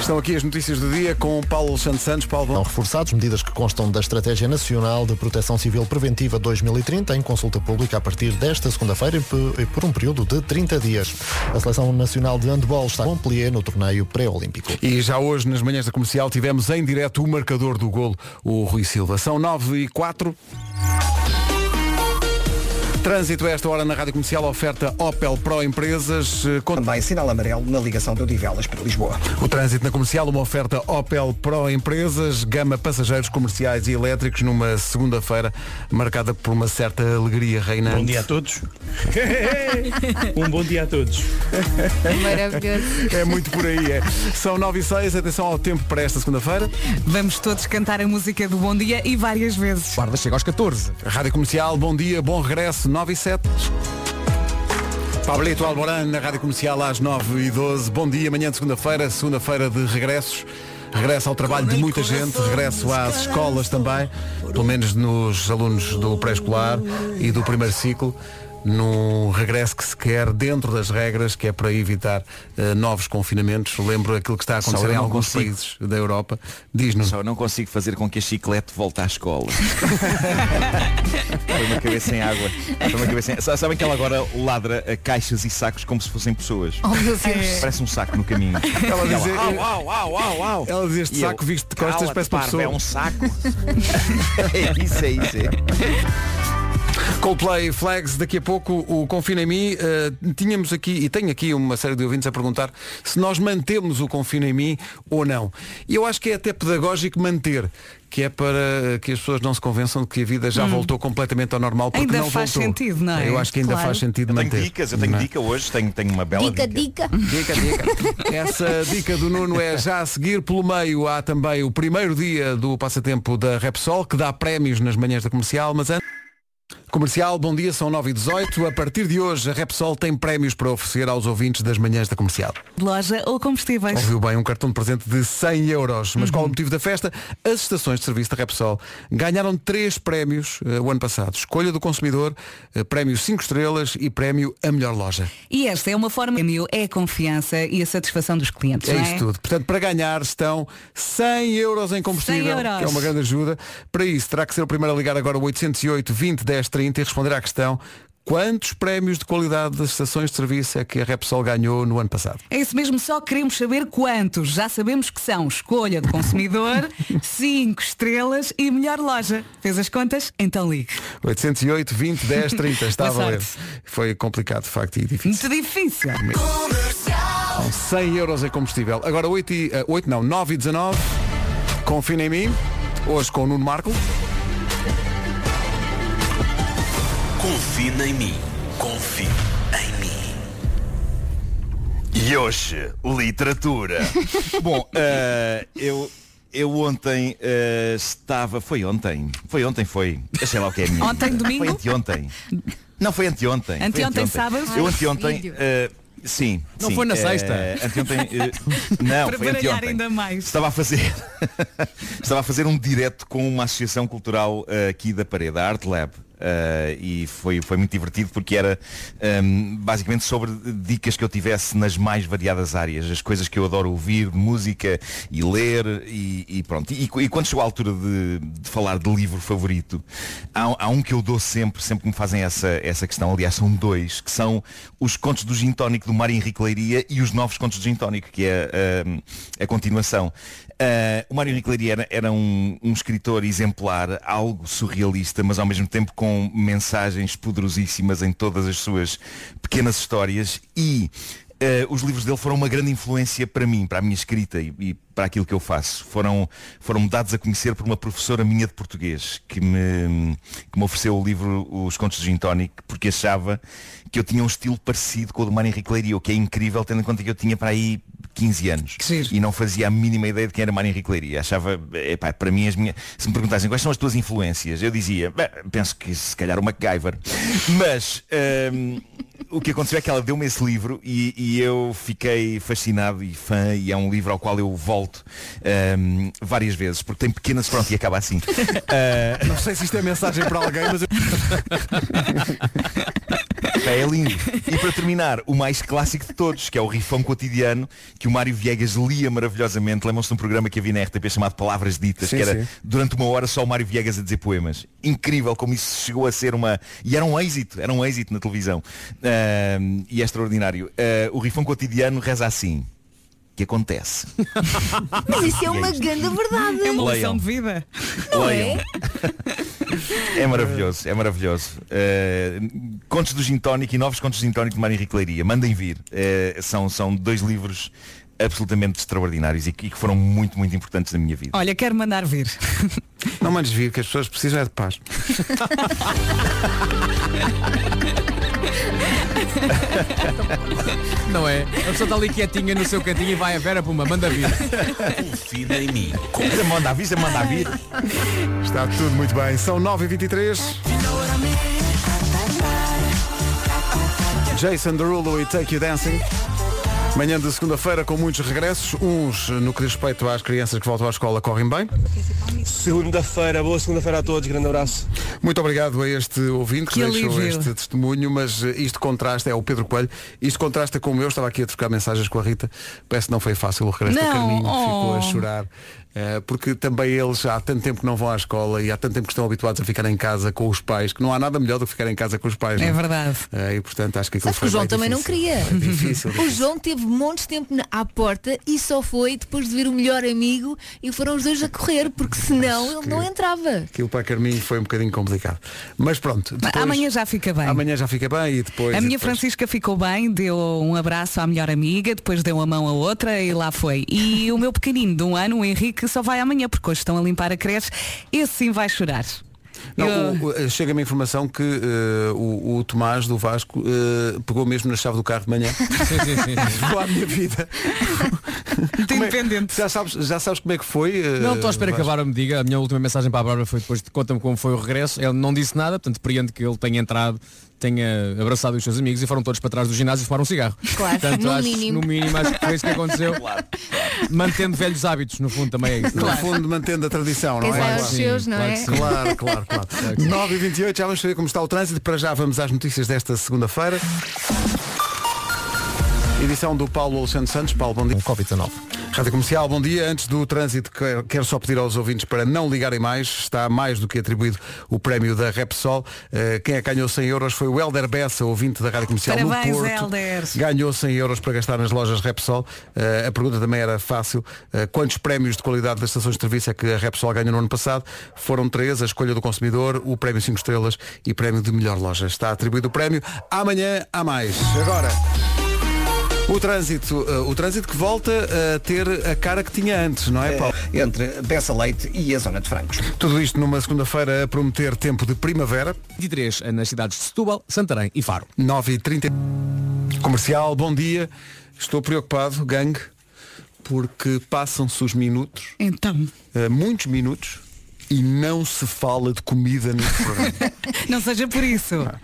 Speaker 2: Estão aqui as notícias do dia com o Paulo Santos Santos. Paulo,
Speaker 1: Não reforçados, medidas que constam da Estratégia Nacional de Proteção Civil Preventiva 2030 em consulta pública a partir desta segunda-feira e pe- e por um período de 30 dias. A Seleção Nacional de Handball está em Montpellier no torneio pré-olímpico.
Speaker 2: E já hoje, nas manhãs da comercial, tivemos em direto o marcador do golo, o Rui Silva. São 9 e 4. Trânsito a esta hora na Rádio Comercial, oferta Opel Pro Empresas. eh,
Speaker 3: Também sinal amarelo na ligação de Odivelas para Lisboa.
Speaker 2: O trânsito na comercial, uma oferta Opel Pro Empresas, gama passageiros comerciais e elétricos, numa segunda-feira marcada por uma certa alegria reinante.
Speaker 18: Bom dia a todos. um bom dia a todos.
Speaker 5: Maravilhoso.
Speaker 2: É muito por aí, é. São 9 e 6, atenção ao tempo para esta segunda-feira.
Speaker 4: Vamos todos cantar a música do Bom Dia e várias vezes.
Speaker 2: Guarda chega aos 14. Rádio Comercial, bom dia, bom regresso, 9 e 7. Pablito Alboran, na Rádio Comercial, às 9 e 12. Bom dia, amanhã de segunda-feira, segunda-feira de regressos. Regresso ao trabalho de muita gente, regresso às escolas também, pelo menos nos alunos do pré-escolar e do primeiro ciclo, num regresso que se quer dentro das regras, que é para evitar eh, novos confinamentos. Lembro aquilo que está a
Speaker 15: Só eu
Speaker 2: acontecer em
Speaker 15: não
Speaker 2: alguns
Speaker 15: consigo.
Speaker 2: países da Europa. Diz-nos.
Speaker 15: Só não consigo fazer com que a chiclete volte à escola. Foi uma cabeça em água. Foi uma cabeça em... Sa- Sabem que ela agora ladra a caixas e sacos como se fossem pessoas.
Speaker 5: Oh, meu Deus.
Speaker 15: Parece um saco no caminho.
Speaker 2: Ela
Speaker 15: E
Speaker 2: diz, eh,
Speaker 15: "Au, au, au, au, au."
Speaker 2: Ela diz, este
Speaker 15: E
Speaker 2: saco visto de costas
Speaker 15: "Cala-te,
Speaker 2: parece uma
Speaker 15: parvo,
Speaker 2: pessoa."
Speaker 15: É um saco. é isso, é isso. É.
Speaker 2: Coldplay Flags, daqui a pouco o Confina em mim. eh, tínhamos aqui, e tenho aqui uma série de ouvintes a perguntar se nós mantemos o Confina em mim ou não. E eu acho que é até pedagógico manter, que é para eh, que as pessoas não se convençam de que a vida já
Speaker 4: Hum.
Speaker 2: voltou completamente ao normal porque
Speaker 4: Ainda
Speaker 2: não
Speaker 4: faz
Speaker 2: voltou.
Speaker 4: sentido, não é?
Speaker 2: Eu acho que ainda
Speaker 4: Claro.
Speaker 2: faz sentido
Speaker 15: Eu tenho
Speaker 2: manter.
Speaker 15: dicas, eu tenho
Speaker 2: Não é?
Speaker 15: dica hoje, tenho, tenho uma bela dica.
Speaker 5: dica.
Speaker 2: Dica, dica. Essa dica do Nuno é já a seguir. Pelo meio há também o primeiro dia do passatempo da Repsol, que dá prémios nas manhãs da comercial, mas antes. Comercial, bom dia, são 9 e 18 A partir de hoje, a Repsol tem prémios para oferecer aos ouvintes das manhãs da comercial.
Speaker 4: De loja ou combustíveis.
Speaker 2: Ouviu bem um cartão de presente de 100 euros. Mas qual o motivo da festa? As estações de serviço da Repsol ganharam três prémios eh, o ano passado. Escolha do consumidor, eh, prémio 5 estrelas e prémio a melhor loja.
Speaker 4: E esta é uma forma, meu, é a confiança e a satisfação dos clientes,
Speaker 2: É
Speaker 4: não
Speaker 2: isso tudo. Portanto, para ganhar estão 100 euros em combustível,
Speaker 4: 100 euros.
Speaker 2: que é uma grande ajuda. Para isso, terá que ser o primeiro a ligar agora o 808 20 10 30 e responder à questão quantos prémios de qualidade das estações de serviço é que a Repsol ganhou no ano passado?
Speaker 4: É isso mesmo, só queremos saber quantos. Já sabemos que são escolha do consumidor, 5 estrelas e melhor loja. Fez as contas? Então ligue.
Speaker 2: 808 20 10 30 está a
Speaker 4: Boa
Speaker 2: valer.
Speaker 4: sorte.
Speaker 2: Foi complicado, de facto, e difícil.
Speaker 4: Muito difícil.
Speaker 2: São 100 euros em combustível. Agora 8, e, eh, 8 não, 9 e 19. Confina em mim. Hoje com o Nuno Marco.
Speaker 19: Confina em mim. Confie em mim.
Speaker 15: E hoje, literatura. Bom, eh, eu, eu ontem eh, estava. Foi ontem? Foi ontem, foi. Eu Sei lá o que é a minha
Speaker 4: Ontem,
Speaker 15: vida.
Speaker 4: domingo?
Speaker 15: Foi anteontem. Não, foi anteontem. Foi
Speaker 4: Anteontem, sábado?
Speaker 15: Eu
Speaker 4: Ai,
Speaker 15: anteontem.
Speaker 4: filho.
Speaker 15: eh, sim.
Speaker 10: Não
Speaker 15: sim,
Speaker 10: foi na
Speaker 15: eh,
Speaker 10: sexta?
Speaker 15: Anteontem. eh, não,
Speaker 4: Para
Speaker 15: foi
Speaker 4: baralhar
Speaker 15: anteontem.
Speaker 4: ainda mais.
Speaker 15: Estava a fazer Estava a fazer um direto com uma associação cultural eh, aqui da parede, a Art Lab eh, e foi, foi muito divertido porque era ehm, basicamente sobre dicas que eu tivesse nas mais variadas áreas, as coisas que eu adoro ouvir, música e ler e, e pronto. E, e quando chegou a altura de, de falar de livro favorito, há, há um que eu dou sempre, sempre que me fazem essa, essa questão, aliás são dois, que são os contos do Gin Tónico do Mário Henrique Leiria e os novos contos do Gin Tónico, que é ehm, a continuação. Ah, o Mário Henrique Leiria era, era um, um escritor exemplar, algo surrealista, mas ao mesmo tempo com mensagens poderosíssimas em todas as suas pequenas histórias e ah, os livros dele foram uma grande influência para mim, para a minha escrita e, e para aquilo que eu faço. Foram, foram dados a conhecer por uma professora minha de português que me, que me ofereceu o livro Os Contos de Gin Tónico porque achava que eu tinha um estilo parecido com o do Mário Henrique Leiria, o que é incrível tendo em conta que eu tinha para aí 15 anos e não fazia a mínima ideia de quem era Mário Henrique Leiria. Achava, epá, para mim as minhas. Se me perguntassem quais são as tuas influências, eu dizia, "Bem, penso que se calhar o MacGyver. Mas hum, o que aconteceu é que ela deu-me esse livro e, e eu fiquei fascinado e fã e é um livro ao qual eu volto hum, várias vezes, porque tem pequenas pronto e acaba assim. Ah,
Speaker 2: Não sei se isto é mensagem para alguém, mas eu...
Speaker 15: É lindo. E para terminar, o mais clássico de todos, que é o Rifão Cotidiano, que o Mário Viegas lia maravilhosamente. Lembram-se de um programa que havia na RTP chamado Palavras Ditas,
Speaker 2: Sim,
Speaker 15: que era
Speaker 2: sim.
Speaker 15: durante uma hora só o Mário Viegas a dizer poemas. Incrível como isso chegou a ser uma. E era um êxito, era um êxito na televisão. Ahm, e é extraordinário. Ah, o Rifão Cotidiano reza assim. Que acontece.
Speaker 5: Mas isso é
Speaker 15: E
Speaker 5: uma
Speaker 15: isto.
Speaker 5: grande verdade.
Speaker 15: É uma Leiam. lição de
Speaker 4: vida.
Speaker 5: Não
Speaker 15: Leiam.
Speaker 5: é?
Speaker 15: É maravilhoso, é maravilhoso. Uh, contos do Gin Tónico e novos contos do Gin Tónico de Mário Henrique Leiria. Mandem vir. Uh, são, são dois livros absolutamente extraordinários e que, e que foram muito, muito importantes na minha vida.
Speaker 4: Olha, quero mandar vir.
Speaker 2: Não mandes vir, que as pessoas precisam é de paz.
Speaker 10: Não é? A pessoa está ali quietinha no seu cantinho e vai a Vera Puma, manda vir.
Speaker 19: Confida em mim.
Speaker 15: manda vir, manda vir.
Speaker 2: Está tudo muito bem. São 9h23. Jason Derulo e Take You Dancing. Manhã de segunda-feira com muitos regressos. Uns no que diz respeito às crianças que voltam à escola correm bem.
Speaker 18: Segunda-feira, boa segunda-feira a todos, grande abraço.
Speaker 2: Muito obrigado a este ouvinte que,
Speaker 18: Que
Speaker 2: deixou
Speaker 18: alívio.
Speaker 2: este testemunho, mas eh, isto contrasta, é o Pedro Coelho, isto contrasta com o meu, estava aqui a trocar mensagens com a Rita, parece que não foi fácil o regresso do
Speaker 4: Não,
Speaker 2: caminho,
Speaker 4: oh.
Speaker 2: ficou a chorar. eh, Porque também eles há tanto tempo que não vão à escola e há tanto tempo que estão habituados a ficar em casa com os pais, que não há nada melhor do que ficar em casa com os pais.
Speaker 4: É
Speaker 2: não
Speaker 4: verdade.
Speaker 2: Eh, E portanto acho que aquilo
Speaker 5: Sabe que
Speaker 2: foi
Speaker 5: o João
Speaker 2: bem
Speaker 5: também não
Speaker 2: difícil.
Speaker 5: queria.
Speaker 2: Foi difícil.
Speaker 5: O João teve montes de tempo na- à porta e só foi depois de ver o melhor amigo e foram os dois a correr, porque senão ele não entrava.
Speaker 2: Aquilo para a Carminho foi um bocadinho complicado. Mas pronto, depois,
Speaker 4: Amanhã já fica bem.
Speaker 2: amanhã já fica bem e depois.
Speaker 4: a
Speaker 2: e
Speaker 4: minha
Speaker 2: depois.
Speaker 4: Francisca ficou bem, deu um abraço à melhor amiga, depois deu a mão à outra e lá foi. E o meu pequenino de um ano, o Henrique, só vai amanhã, porque hoje estão a limpar a creche. Esse sim vai chorar.
Speaker 2: Não,
Speaker 4: Eu-
Speaker 2: o- o- Chega-me a informação que eh, o, o Tomás do Vasco eh, pegou mesmo na chave do carro de manhã. Ficou à minha vida. é-
Speaker 4: Independente.
Speaker 2: Já sabes, já sabes como é que foi? eh,
Speaker 10: Não, estou à espera que a
Speaker 2: Vasco?
Speaker 10: Bárbara me diga. A minha última mensagem para a Bárbara foi depois de conta-me como foi o regresso. Ele não disse nada, portanto, depreendo que ele tenha entrado, tenha abraçado os seus amigos e foram todos para trás do ginásio fumar um cigarro.
Speaker 5: Claro,
Speaker 10: portanto,
Speaker 5: no
Speaker 10: acho,
Speaker 5: mínimo.
Speaker 10: No mínimo, acho que foi isso que aconteceu. Mantendo velhos hábitos, no fundo, também é isso.
Speaker 2: No fundo, mantendo a tradição, não
Speaker 10: Quem
Speaker 2: é?
Speaker 10: sabe aos seus, não é?
Speaker 2: Claro, claro, claro. 9 e 28 já vamos saber como está o trânsito. Para já vamos às notícias desta segunda-feira. Edição do Paulo Alexandre Santos. Paulo, bom dia.
Speaker 1: Covid-19.
Speaker 2: Rádio Comercial, bom dia. Antes do trânsito, quero- quero só pedir aos ouvintes para não ligarem mais. Está mais do que atribuído o prémio da Repsol. Eh, quem é que ganhou 100 euros foi o Helder Bessa, ouvinte da Rádio Comercial
Speaker 4: Parabéns,
Speaker 2: no Porto.
Speaker 4: Hélder.
Speaker 2: Ganhou 100 euros para gastar nas lojas Repsol. Eh, a pergunta também era fácil. Eh, quantos prémios de qualidade das estações de serviço é que a Repsol ganhou no ano passado? Foram três, a escolha do consumidor, o prémio 5 estrelas e prémio de melhor loja. Está atribuído o prémio. Amanhã há mais. Agora. O trânsito, eh, o trânsito que volta a ter a cara que tinha antes, não é, Paulo?
Speaker 3: Eh, Entre Bessa Leite e a zona de Francos.
Speaker 2: Tudo isto numa segunda-feira a prometer tempo de primavera.
Speaker 10: 23 eh, nas cidades de Setúbal, Santarém e Faro.
Speaker 2: 9h30. Comercial, bom dia. Estou preocupado, gangue, porque passam-se os minutos.
Speaker 4: Então.
Speaker 2: eh, muitos minutos. E não se fala de comida no programa.
Speaker 4: Não seja por isso.
Speaker 2: Ah,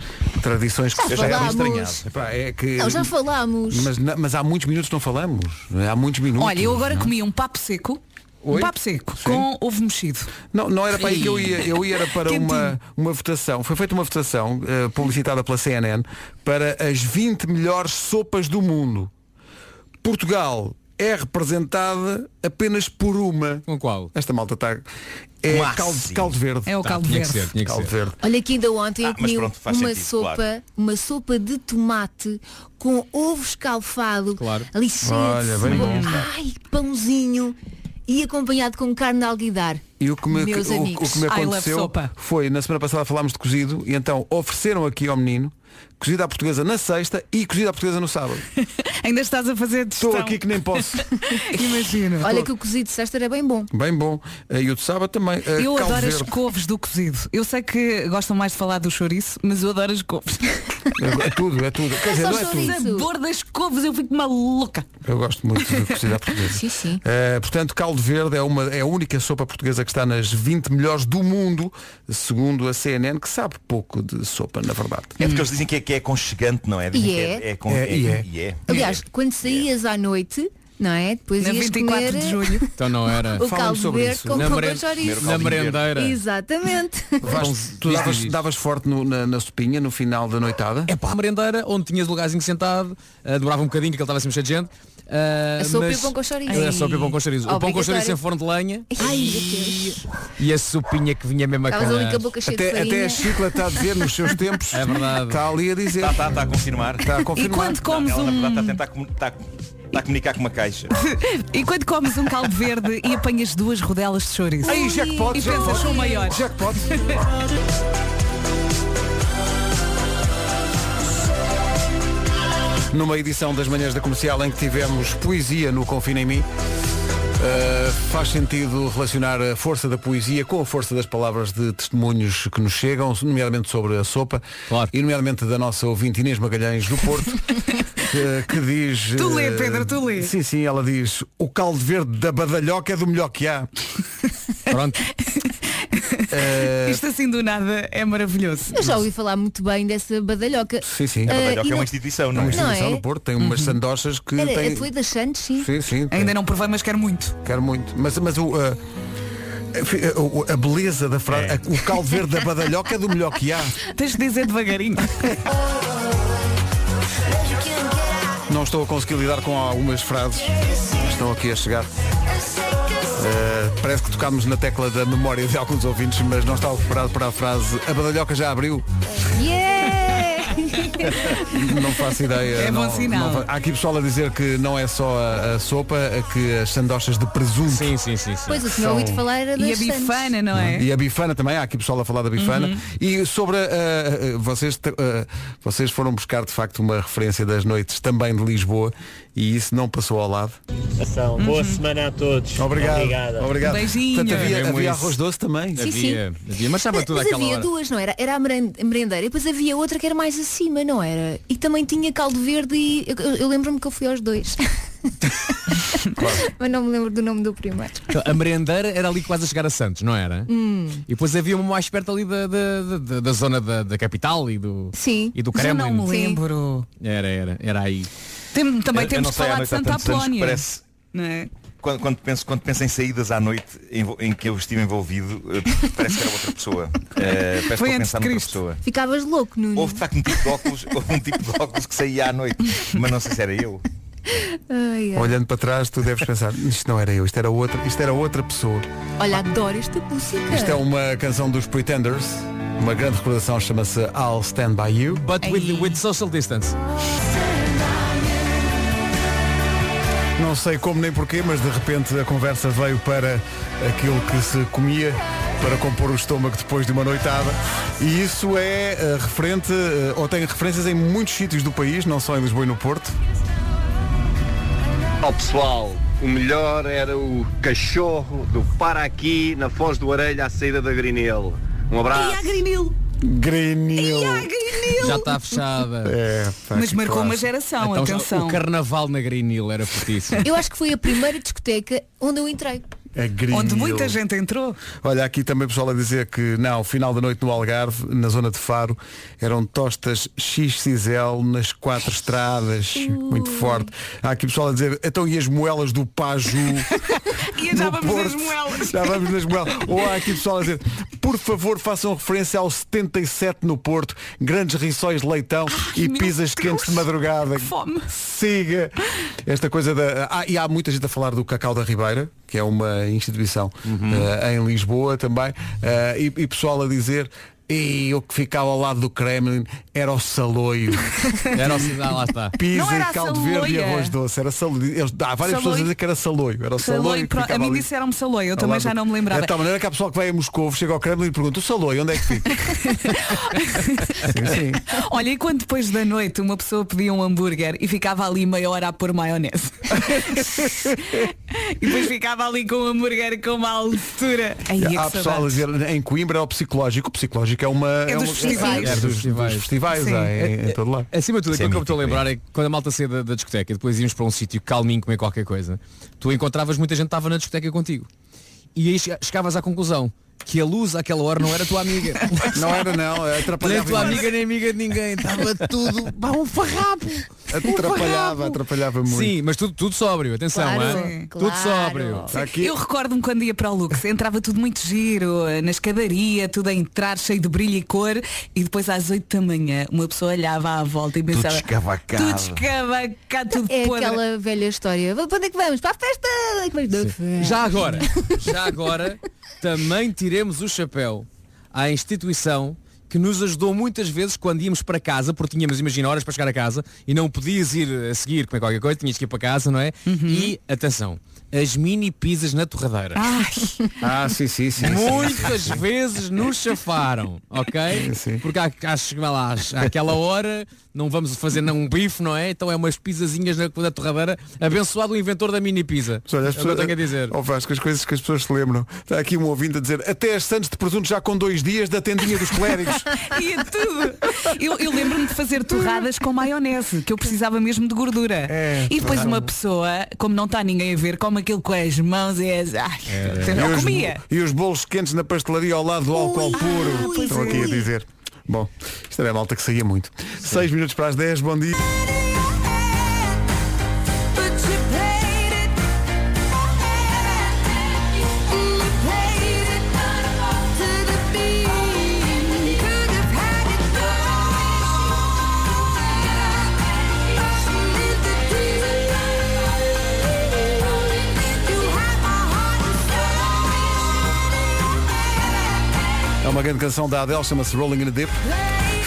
Speaker 2: Tradições que
Speaker 5: Já
Speaker 2: se
Speaker 5: falámos.
Speaker 2: Epá, é que-
Speaker 5: Não, já falámos.
Speaker 2: Mas, na- mas há muitos minutos não falamos. Há muitos minutos.
Speaker 4: Olha, eu agora
Speaker 2: não é?
Speaker 4: comi um papo seco Um papo seco com ovo mexido.
Speaker 2: Não, não era para aí que eu ia, eu ia era para uma,
Speaker 4: Quentinho.
Speaker 2: uma votação. Foi feita uma votação eh, publicitada pela CNN para as 20 melhores sopas do mundo. Portugal é representada apenas por uma.
Speaker 10: Com qual?
Speaker 2: Esta malta está. É
Speaker 10: Mas
Speaker 2: caldo,
Speaker 10: sim.
Speaker 2: caldo verde.
Speaker 10: É o Tá, caldo tinha que verde. ser, tinha que
Speaker 2: caldo
Speaker 10: ser.
Speaker 2: verde.
Speaker 5: Olha que ainda ontem
Speaker 2: Ah,
Speaker 5: eu
Speaker 2: mas
Speaker 5: comi
Speaker 2: pronto, faz
Speaker 5: uma
Speaker 2: sentido,
Speaker 5: sopa,
Speaker 2: claro.
Speaker 5: uma sopa de tomate com ovo escalfado,
Speaker 2: Claro.
Speaker 5: ali cheio de
Speaker 2: Olha, bem
Speaker 5: cebola,
Speaker 2: bom, está.
Speaker 5: ai, pãozinho e acompanhado com carne de alguidar.
Speaker 10: Então-
Speaker 2: E o que me,
Speaker 5: Meus
Speaker 2: o-
Speaker 5: amigos,
Speaker 2: o que me
Speaker 5: I love
Speaker 2: aconteceu
Speaker 5: sopa.
Speaker 2: foi, na semana passada falámos de cozido, e então ofereceram aqui ao menino cozida à portuguesa na sexta e cozida à portuguesa no sábado.
Speaker 4: Ainda estás a fazer
Speaker 2: Estou aqui que nem posso.
Speaker 4: Imagino.
Speaker 5: Olha que o cozido de sexta era bem bom.
Speaker 2: Bem bom. E o de sábado também. Eh,
Speaker 4: Eu
Speaker 2: caldo
Speaker 4: adoro as
Speaker 2: verde.
Speaker 4: couves do cozido. Eu sei que gostam mais de falar do chouriço, mas eu adoro as couves.
Speaker 2: É tudo, é tudo. Quer dizer, não é
Speaker 4: O
Speaker 2: tudo.
Speaker 4: sabor das couves, eu fico maluca.
Speaker 2: Eu gosto muito de cozida à portuguesa.
Speaker 4: Sim, sim.
Speaker 2: Eh, portanto, caldo verde é, uma, é a única sopa portuguesa que está nas 20 melhores do mundo, segundo a CNN, que sabe pouco de sopa, na verdade.
Speaker 15: É porque eles dizem que é, que é aconchegante, não é? Dizem
Speaker 5: E
Speaker 15: que
Speaker 5: é.
Speaker 15: é, con-
Speaker 2: É, e é.
Speaker 15: e é.
Speaker 5: Aliás, quando saías à noite, não é? Depois
Speaker 4: Na
Speaker 5: ias
Speaker 4: 24
Speaker 5: comer
Speaker 4: de julho.
Speaker 10: Então não era.
Speaker 5: O caldo verde com
Speaker 10: Na,
Speaker 5: couve
Speaker 10: meren-
Speaker 5: ao chouriço.
Speaker 10: na merendeira.
Speaker 5: Exatamente.
Speaker 2: Vasco, tu davas, davas forte no- na, na sopinha no final da noitada?
Speaker 10: É pá, a merendeira, onde tinhas o lugarzinho sentado, ah, demorava um bocadinho, que ele estava sempre cheio de gente. ah,
Speaker 5: A É sopa e
Speaker 10: mas-
Speaker 5: o pão com chouriço.
Speaker 10: Era a sopa e o pão com chouriço. O pão com chouriço é em forno
Speaker 5: Obrigatório.
Speaker 10: de lenha
Speaker 5: Ai, meu Deus.
Speaker 10: e a sopinha que vinha mesmo a
Speaker 5: Estavas ali
Speaker 10: calhar.
Speaker 5: com a boca cheia de
Speaker 2: Até, até
Speaker 5: farinha.
Speaker 2: a Chicla está a dizer nos seus tempos.
Speaker 10: É verdade.
Speaker 2: Está ali a dizer.
Speaker 15: Está, está, está Tá, a confirmar.
Speaker 5: Tá
Speaker 2: Está a confirmar.
Speaker 4: E quando comes
Speaker 15: ela, tá na
Speaker 4: um-
Speaker 15: verdade, está a tentar comu- está a- está a comunicar com uma caixa.
Speaker 4: E quando comes um caldo verde e apanhas duas rodelas de chouriço.
Speaker 2: Aí, já que pode,
Speaker 4: E
Speaker 2: já que
Speaker 4: pensas,
Speaker 2: pode.
Speaker 4: sou maior. Já
Speaker 2: que pode. Numa edição das manhãs da comercial em que tivemos poesia no Confina em mim. uh, faz sentido relacionar a força da poesia com a força das palavras de testemunhos que nos chegam, nomeadamente sobre a sopa, e nomeadamente da nossa ouvinte Inês Magalhães do Porto, que, que diz.
Speaker 4: Tu lê,
Speaker 2: uh,
Speaker 4: Pedro, tu lê.
Speaker 2: Sim, sim, ela diz, o caldo verde da badalhoca é do melhor que há. Pronto. Eh,
Speaker 4: Isto assim do nada é maravilhoso.
Speaker 5: Eu já ouvi falar muito bem dessa badalhoca.
Speaker 2: Sim, sim.
Speaker 5: Ah,
Speaker 15: "Oh,
Speaker 5: e não-
Speaker 2: É uma
Speaker 5: Não
Speaker 2: instituição
Speaker 5: é?
Speaker 2: do Porto, tem
Speaker 4: Uhum.
Speaker 2: umas sandochas que
Speaker 5: Era
Speaker 2: tem...
Speaker 5: Atletas Santos, sim.
Speaker 2: Sim, sim.
Speaker 4: é Ainda não provei, mas quero muito.
Speaker 2: Quero muito. Mas, mas o... ah, enfim, ah, o- a beleza da frase, a- o caldo verde da badalhoca é do melhor que há.
Speaker 4: Tens de dizer devagarinho.
Speaker 2: Não estou a conseguir lidar com algumas frases que estão aqui a chegar. Ah, parece que tocámos na tecla da memória de alguns ouvintes, mas não estava preparado para a frase A badalhoca já abriu.
Speaker 5: Yeah!
Speaker 2: Não faço ideia.
Speaker 5: É bom
Speaker 2: não-
Speaker 5: sinal.
Speaker 2: não fa- Há aqui pessoal a dizer que não é só a, a sopa, a que as sandochas de presunto. Sim,
Speaker 10: sim, sim. sim.
Speaker 5: Pois eu tinha ouvido falar era das
Speaker 4: E a bifana, não é?
Speaker 2: E a bifana também, há aqui pessoal a falar da bifana.
Speaker 4: Uhum.
Speaker 2: E sobre ah, ah, vocês, te- ah, vocês foram buscar de facto uma referência das noites também de Lisboa e isso não passou ao lado.
Speaker 19: Ação. Boa
Speaker 4: Uhum.
Speaker 19: semana a todos.
Speaker 2: Obrigado.
Speaker 19: Obrigada.
Speaker 4: Um
Speaker 2: Obrigado.
Speaker 5: Beijinho.
Speaker 2: Portanto,
Speaker 10: É
Speaker 2: havia,
Speaker 10: mesmo
Speaker 2: havia
Speaker 10: isso.
Speaker 2: arroz doce também.
Speaker 5: Sim, sim. Havia,
Speaker 10: havia, mas estava tudo
Speaker 5: Mas
Speaker 10: àquela
Speaker 5: havia
Speaker 10: hora.
Speaker 5: duas, não era? Era a meren- merendeira e depois havia outra que era mais acima, não era? E também tinha caldo verde e eu, eu- eu lembro-me que eu fui aos dois. Mas não me lembro do nome do primeiro.
Speaker 10: Então, A merendeira era ali quase a chegar a Santos, não era?
Speaker 5: Hum.
Speaker 10: E depois havia uma mais perto ali da, da, da- da- da zona da, da capital e do,
Speaker 5: Sim.
Speaker 10: e do
Speaker 4: Já
Speaker 10: Kremlin.
Speaker 4: não me lembro.
Speaker 10: Era, era, era aí.
Speaker 4: Tem- também
Speaker 15: Eu- eu
Speaker 4: temos
Speaker 15: não
Speaker 4: de
Speaker 15: sei, à
Speaker 4: falar de
Speaker 15: noite há
Speaker 4: Santa
Speaker 15: tantos anos que
Speaker 4: Apolónia.
Speaker 15: parece-
Speaker 4: Não é?
Speaker 15: Quando, quando penso, quando penso em saídas à noite em, vo- em que eu estive envolvido, eh, parece que era outra pessoa. Eh,
Speaker 5: Foi antes
Speaker 15: parece que eu
Speaker 5: de
Speaker 15: pensava noutra
Speaker 5: Cristo.
Speaker 15: pessoa.
Speaker 5: Ficavas louco, Nuno.
Speaker 15: Houve de facto um tipo de óculos, houve um tipo de óculos que saía à noite, mas não sei se era eu.
Speaker 5: Ai, ai. Olha,
Speaker 2: Olhando para trás, tu deves pensar, isto não era eu, isto era outra, isto era outra pessoa.
Speaker 5: adoro esta música.
Speaker 10: um
Speaker 2: Isto é uma canção dos Pretenders, uma grande recordação, chama-se I'll Stand By You.
Speaker 10: But with, with social distance.
Speaker 2: Não sei como nem porquê, mas de repente a conversa veio para aquilo que se comia para compor o estômago depois de uma noitada. E isso é eh, referente, eh, ou tem referências em muitos sítios do país, não só em Lisboa e no Porto.
Speaker 20: Ó pessoal, o melhor era o cachorro do Paraqui na Foz do Arelha à saída da Grinel. Um abraço.
Speaker 4: Grinil.
Speaker 2: Grinil.
Speaker 4: Grinil.
Speaker 10: Já está fechada.
Speaker 2: É, tá.
Speaker 4: Mas que marcou classe. uma geração,
Speaker 10: Então,
Speaker 4: atenção.
Speaker 10: O carnaval na Grinil era fortíssimo.
Speaker 5: Eu acho que foi a primeira discoteca onde eu entrei.
Speaker 2: É Grinil.
Speaker 4: Onde muita gente entrou.
Speaker 2: Olha, aqui também pessoal a dizer que não, final da noite no Algarve, na zona de Faro, eram tostas XXL nas quatro estradas, muito forte. Há aqui pessoal a dizer, então e as moelas do Paju?
Speaker 4: Bahia já
Speaker 2: no
Speaker 4: vamos nas
Speaker 2: Porto.
Speaker 4: moelas.
Speaker 2: Já vamos nas moelas. Ou há aqui pessoal a dizer, por favor, façam referência ao 77 no Porto, grandes rissóis de leitão e
Speaker 4: meu
Speaker 2: pizzas quentes de madrugada.
Speaker 4: fome.
Speaker 2: Siga. Esta coisa da. Ah, e há muita gente a falar do Cacau da Ribeira, que é uma instituição
Speaker 10: Uhum.
Speaker 2: eh, em Lisboa também, eh, e, e pessoal a dizer. E o que ficava ao lado do Kremlin era o saloio.
Speaker 10: Era o sinal, lá está.
Speaker 4: Não
Speaker 2: Pizza
Speaker 4: era
Speaker 2: e
Speaker 4: a
Speaker 2: caldo verde e
Speaker 4: saloia.
Speaker 2: arroz doce. Era saloio. Eles- Há várias pessoas a
Speaker 4: Saloio.
Speaker 2: dizer que era saloio. Era o saloio.
Speaker 4: Saloio,
Speaker 2: que
Speaker 4: pro- a
Speaker 2: ficava
Speaker 4: mim
Speaker 2: ali.
Speaker 4: disseram-me saloio, eu
Speaker 2: Ao
Speaker 4: também
Speaker 2: lado
Speaker 4: já
Speaker 2: do-
Speaker 4: não me
Speaker 2: É
Speaker 4: lembrava.
Speaker 2: de tal maneira que a pessoa que vai a Moscou chega ao Kremlin e pergunta, o Saloio, onde é que fica? sim, sim.
Speaker 4: Olha, e quando depois da noite uma pessoa pedia um hambúrguer e ficava ali meia hora a pôr maionese? e depois ficava ali com o hambúrguer com uma altura. Ai, é que
Speaker 2: Há pessoal a
Speaker 4: saudades.
Speaker 2: dizer, em Coimbra é o psicológico. O psicológico é uma... É,
Speaker 4: dos
Speaker 2: um-
Speaker 4: festivais.
Speaker 2: É dos, dos festivais,
Speaker 10: Sim.
Speaker 2: há em, em todo lado.
Speaker 10: É, Acima de tudo,
Speaker 2: Isso
Speaker 10: aquilo que
Speaker 2: é
Speaker 10: eu estou a
Speaker 2: mítico,
Speaker 10: lembrar é que quando a malta saía da, da discoteca e depois íamos para um sítio calminho comer qualquer coisa, tu encontravas muita gente que estava na discoteca contigo. E aí che- chegavas à conclusão que a luz àquela hora não era tua amiga.
Speaker 2: Não era não, atrapalhava É
Speaker 10: Nem tua
Speaker 2: imenso.
Speaker 10: amiga nem amiga de ninguém. tá? Estava tudo. Bah, um farrapo.
Speaker 2: Atrapalhava, atrapalhava muito.
Speaker 10: Sim, mas tudo, tudo sóbrio, atenção,
Speaker 4: Claro,
Speaker 10: hein?
Speaker 4: sim,
Speaker 10: é? tudo
Speaker 4: claro.
Speaker 10: sóbrio.
Speaker 2: Tá
Speaker 4: Sim, Eu recordo-me quando ia para o Lux, entrava tudo muito giro, na escadaria, tudo a entrar cheio de brilho e cor, e depois às 8 da manhã uma pessoa olhava à volta e pensava.
Speaker 15: descavacado."
Speaker 4: Tudo escavacado, tudo
Speaker 5: É
Speaker 4: podre.
Speaker 5: aquela velha história. Para onde é que vamos? Para a festa! Onde é que vamos? Da festa.
Speaker 10: Já agora, já agora, também tiremos o chapéu à instituição que nos ajudou muitas vezes quando íamos para casa, porque tínhamos, imagina, horas para chegar a casa e não podias ir a seguir comer qualquer coisa, tinhas que ir para casa, não é?
Speaker 2: Uhum.
Speaker 10: E, atenção, as mini pizzas na torradeira.
Speaker 2: Ah, sim, sim, sim.
Speaker 10: Muitas vezes nos chafaram, ok? Porque há, há, chega lá, às- àquela hora não vamos fazer não um bife, não é? Então é umas pizzazinhas na, na torradeira. Abençoado o inventor da mini pizza.
Speaker 2: Mas olha, as
Speaker 10: É o que eu
Speaker 2: pessoas,
Speaker 10: tenho a dizer.
Speaker 2: Oh, Vasco, as coisas que as pessoas se lembram. Está aqui um ouvinte a dizer, até as Santos de presunto já com dois dias da tendinha dos clérigos.
Speaker 4: Ia tudo. Eu, eu lembro-me de fazer torradas com maionese, que eu precisava mesmo de gordura.
Speaker 10: É,
Speaker 4: e depois
Speaker 2: claro.
Speaker 4: uma pessoa, como não está ninguém a ver, come aquilo com as mãos e as. Ai,
Speaker 10: É,
Speaker 2: e,
Speaker 4: não
Speaker 2: os,
Speaker 4: comia.
Speaker 2: bo- e os bolos quentes na pastelaria ao lado do álcool puro.
Speaker 4: pois
Speaker 2: Estão
Speaker 4: é.
Speaker 2: aqui a dizer. Bom, isto era a malta que saía muito. seis minutos para as 10, bom dia. É uma grande canção da Adele, chama-se Rolling in the Deep.